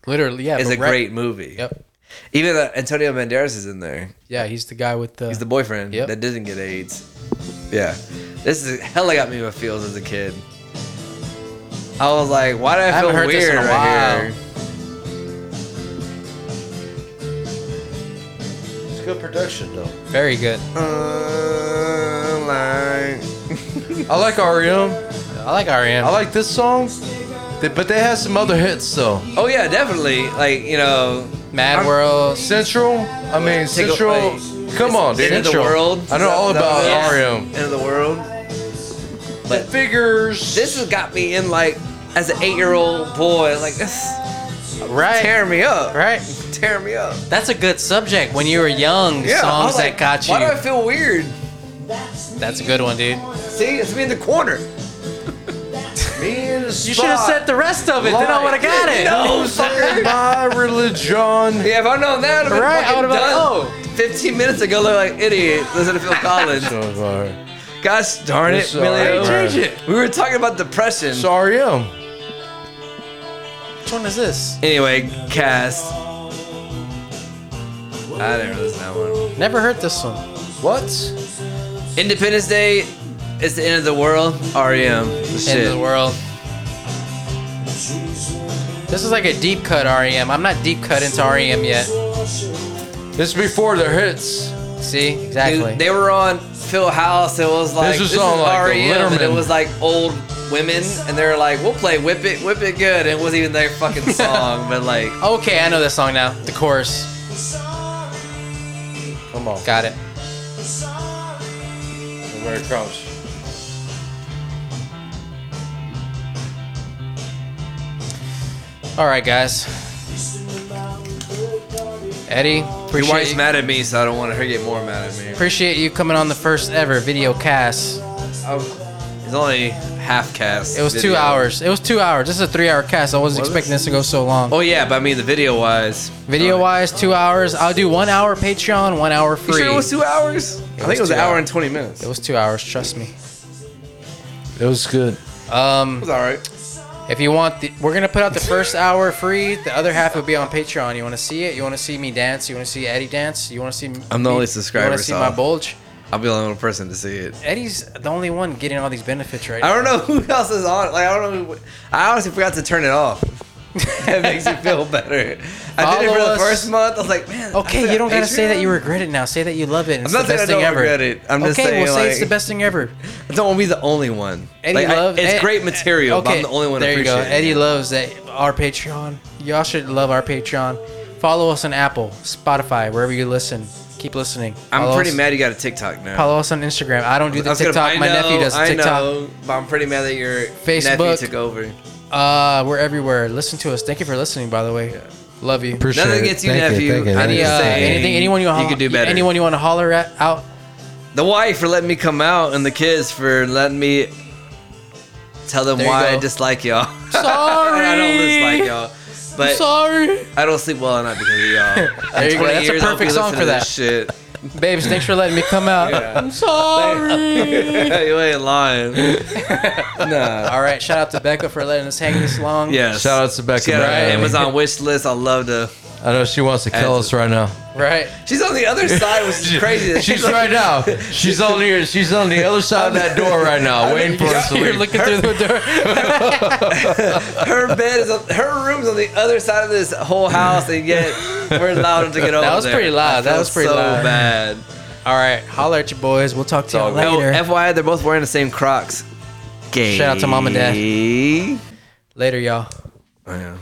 [SPEAKER 3] Literally, yeah.
[SPEAKER 4] is
[SPEAKER 3] but
[SPEAKER 4] a
[SPEAKER 3] Rec-
[SPEAKER 4] great movie.
[SPEAKER 3] Yep.
[SPEAKER 4] Even uh, Antonio Banderas is in there.
[SPEAKER 3] Yeah, he's the guy with the.
[SPEAKER 4] He's the boyfriend
[SPEAKER 3] Yep.
[SPEAKER 4] that didn't get AIDS. Yeah, this is hella got me my feels as a kid. I was like, why do I,
[SPEAKER 3] haven't
[SPEAKER 4] feel
[SPEAKER 3] heard this in
[SPEAKER 4] weird
[SPEAKER 3] a
[SPEAKER 4] right
[SPEAKER 3] while.
[SPEAKER 4] here?
[SPEAKER 5] It's good production though.
[SPEAKER 3] Very good.
[SPEAKER 4] Uh, like-
[SPEAKER 5] I like REM.
[SPEAKER 3] I like REM.
[SPEAKER 5] I like this song. They- But they had some other hits though.
[SPEAKER 4] oh yeah, definitely. Like you know,
[SPEAKER 3] Mad
[SPEAKER 5] I'm-
[SPEAKER 3] World.
[SPEAKER 5] Central. I mean,
[SPEAKER 4] Take a-
[SPEAKER 5] Central.
[SPEAKER 4] like,
[SPEAKER 5] Come on, dude.
[SPEAKER 4] End of the
[SPEAKER 5] Central.
[SPEAKER 4] world.
[SPEAKER 5] I know all
[SPEAKER 4] Is that-
[SPEAKER 5] about E
[SPEAKER 4] that was it?
[SPEAKER 5] REM.
[SPEAKER 4] End of the world. But
[SPEAKER 5] Figures.
[SPEAKER 4] this has got me in like as an eight-year-old boy. Like this,
[SPEAKER 3] Right.
[SPEAKER 4] tear me up.
[SPEAKER 3] Right.
[SPEAKER 4] Tear me up.
[SPEAKER 3] That's a good subject when you were young.
[SPEAKER 4] Yeah. I was
[SPEAKER 3] songs
[SPEAKER 4] like,
[SPEAKER 3] that got you.
[SPEAKER 4] Why do I feel weird?
[SPEAKER 3] That's a good one, dude.
[SPEAKER 4] See, it's me in the corner.
[SPEAKER 5] Me and the
[SPEAKER 3] You should have said the rest of it. Then I would have got it.
[SPEAKER 4] No, sucker.
[SPEAKER 5] my religion.
[SPEAKER 4] Yeah, if I'd known that, I'd have been
[SPEAKER 3] Right, I
[SPEAKER 4] fucking
[SPEAKER 3] oh, would've been like,
[SPEAKER 4] done. 15 minutes ago, look like idiot. Listen to Phil Collins.
[SPEAKER 5] So far.
[SPEAKER 4] Gosh darn it,
[SPEAKER 5] It's all right,
[SPEAKER 4] Emilio.
[SPEAKER 5] bro.
[SPEAKER 4] Change it. We were talking about depression.
[SPEAKER 5] It's REM.
[SPEAKER 3] Which one is this?
[SPEAKER 4] Anyway, cast. I didn't listen to that one.
[SPEAKER 3] Never heard this one.
[SPEAKER 5] What?
[SPEAKER 4] Independence Day is the end of the world. REM. The shit.
[SPEAKER 3] End of the world. This is like a deep cut REM. I'm not deep cut into REM yet.
[SPEAKER 5] This is before their hits.
[SPEAKER 3] See,
[SPEAKER 4] Dude,
[SPEAKER 3] exactly.
[SPEAKER 4] they were on Phil House. It was like
[SPEAKER 5] This was on, like, the
[SPEAKER 4] REM, E and it
[SPEAKER 5] Letterman.
[SPEAKER 4] was like old women, and they were like, "We'll play Whip It, Whip It Good." It wasn't even their fucking song, but like,
[SPEAKER 3] okay, I know this song now. The chorus.
[SPEAKER 5] Come on.
[SPEAKER 3] Got it.
[SPEAKER 5] Where it comes.
[SPEAKER 3] All right, guys. Eddie,
[SPEAKER 4] your
[SPEAKER 3] appreciate
[SPEAKER 4] wife's
[SPEAKER 3] you,
[SPEAKER 4] mad at me, so I don't want her to get more mad at me.
[SPEAKER 3] appreciate you coming on the first ever video cast.
[SPEAKER 4] I was- It's only half cast.
[SPEAKER 3] It was two
[SPEAKER 4] video.
[SPEAKER 3] hours. It was two hours. This is a three-hour cast. I wasn't expecting this to go so long.
[SPEAKER 4] Oh yeah, but I mean the video wise.
[SPEAKER 3] Video-wise, two hours. I'll do one hour Patreon, one hour free.
[SPEAKER 4] You sure it was two hours? I think
[SPEAKER 3] was
[SPEAKER 4] it was an
[SPEAKER 3] two
[SPEAKER 4] hour
[SPEAKER 3] hours.
[SPEAKER 4] and twenty minutes.
[SPEAKER 3] It
[SPEAKER 4] It
[SPEAKER 3] was two hours. Trust me.
[SPEAKER 5] It was good.
[SPEAKER 3] Um,
[SPEAKER 4] was all right.
[SPEAKER 3] if you want, the, we're gonna put out the first hour free. The other half will be on Patreon. You want to see it? You want to see me dance? You want to see Eddie dance? You want to see? me-
[SPEAKER 4] I'm the only
[SPEAKER 3] You
[SPEAKER 4] subscriber,
[SPEAKER 3] want to see
[SPEAKER 4] so-
[SPEAKER 3] my bulge?
[SPEAKER 4] I'll be the only person to see it.
[SPEAKER 3] Eddie's the only one getting all these benefits right
[SPEAKER 4] I
[SPEAKER 3] now.
[SPEAKER 4] don't know who else is on. it. Like I don't know. Who, I honestly forgot to turn it off. that makes it feel better. I did it for
[SPEAKER 3] Follow
[SPEAKER 4] the
[SPEAKER 3] us.
[SPEAKER 4] first month. I was like, man.
[SPEAKER 3] Okay, you don't gotta say that you regret it now. Say that you love it. And
[SPEAKER 4] I'm
[SPEAKER 3] it's
[SPEAKER 4] not
[SPEAKER 3] the
[SPEAKER 4] saying
[SPEAKER 3] best
[SPEAKER 4] I don't
[SPEAKER 3] thing ever.
[SPEAKER 4] regret it. I'm
[SPEAKER 3] okay,
[SPEAKER 4] just saying,
[SPEAKER 3] well, say it's
[SPEAKER 4] like-
[SPEAKER 3] the best thing ever.
[SPEAKER 4] I don't want to be the only one.
[SPEAKER 3] Eddie
[SPEAKER 4] Like, I-
[SPEAKER 3] loves.
[SPEAKER 4] It's
[SPEAKER 3] Ed-
[SPEAKER 4] great material, but I'm the only one.
[SPEAKER 3] There you go.
[SPEAKER 4] appreciating
[SPEAKER 3] Eddie
[SPEAKER 4] it.
[SPEAKER 3] loves that our Patreon. Y'all should love our Patreon. Follow us on Apple, Spotify, wherever you listen. Keep listening.
[SPEAKER 4] I'm
[SPEAKER 3] Follow
[SPEAKER 4] pretty
[SPEAKER 3] us-
[SPEAKER 4] mad you got a TikTok now.
[SPEAKER 3] Follow us on Instagram. I don't do
[SPEAKER 4] I
[SPEAKER 3] the
[SPEAKER 4] was gonna-
[SPEAKER 3] TikTok.
[SPEAKER 4] I
[SPEAKER 3] My
[SPEAKER 4] know,
[SPEAKER 3] nephew does the
[SPEAKER 4] I
[SPEAKER 3] TikTok.
[SPEAKER 4] know, but I'm pretty mad that your
[SPEAKER 3] Facebook.
[SPEAKER 4] nephew took over.
[SPEAKER 3] Uh, we're everywhere. Listen to us. Thank you for listening, by the way. Love you.
[SPEAKER 5] Appreciate
[SPEAKER 4] Nothing
[SPEAKER 5] it.
[SPEAKER 4] against you,
[SPEAKER 5] Thank
[SPEAKER 4] nephew.
[SPEAKER 5] thank
[SPEAKER 4] I
[SPEAKER 5] thank
[SPEAKER 4] need
[SPEAKER 3] Any,
[SPEAKER 4] to
[SPEAKER 3] uh,
[SPEAKER 4] say-
[SPEAKER 3] anything, anyone you,
[SPEAKER 4] You
[SPEAKER 3] want
[SPEAKER 4] could do better.
[SPEAKER 3] Anyone you want to holler at out?
[SPEAKER 4] The wife for letting me come out, and the kids for letting me tell them
[SPEAKER 3] There you
[SPEAKER 4] why I
[SPEAKER 3] go.
[SPEAKER 4] dislike y'all.
[SPEAKER 3] Sorry.
[SPEAKER 4] I don't dislike y'all, but
[SPEAKER 3] Sorry,
[SPEAKER 4] I don't sleep well at night because of y'all.
[SPEAKER 3] There you go. That's a perfect song for that.
[SPEAKER 4] Shit.
[SPEAKER 3] babes. Thanks for letting me come out. I'm sorry.
[SPEAKER 4] you ain't lying. nah.
[SPEAKER 3] All right. Shout out to Becca for letting us hang this long.
[SPEAKER 4] Yes.
[SPEAKER 5] Shout out to Becca
[SPEAKER 4] She got
[SPEAKER 5] Riley.
[SPEAKER 4] an Amazon wish list. I love to.
[SPEAKER 5] I know she wants to kill
[SPEAKER 4] As-
[SPEAKER 5] us right now.
[SPEAKER 3] Right.
[SPEAKER 4] She's on the other side, which is crazy.
[SPEAKER 5] She's right now. She's on here. She's on the other side of that door right now, waiting for us to
[SPEAKER 3] You're
[SPEAKER 5] leave.
[SPEAKER 3] looking through the door.
[SPEAKER 4] Her bed is on, her room's on the other side of this whole house, and yet we're allowed to get over
[SPEAKER 3] was
[SPEAKER 4] there.
[SPEAKER 3] pretty loud.
[SPEAKER 4] I
[SPEAKER 3] That
[SPEAKER 4] feel
[SPEAKER 3] was pretty
[SPEAKER 4] so
[SPEAKER 3] loud.
[SPEAKER 4] bad.
[SPEAKER 3] All right. Holler at your boys. We'll talk to y'all
[SPEAKER 4] Oh,
[SPEAKER 3] later.
[SPEAKER 4] FYI, they're both wearing the same Crocs. Gay.
[SPEAKER 3] Shout out to mom and dad.
[SPEAKER 4] dad.
[SPEAKER 3] later, y'all.
[SPEAKER 4] I know.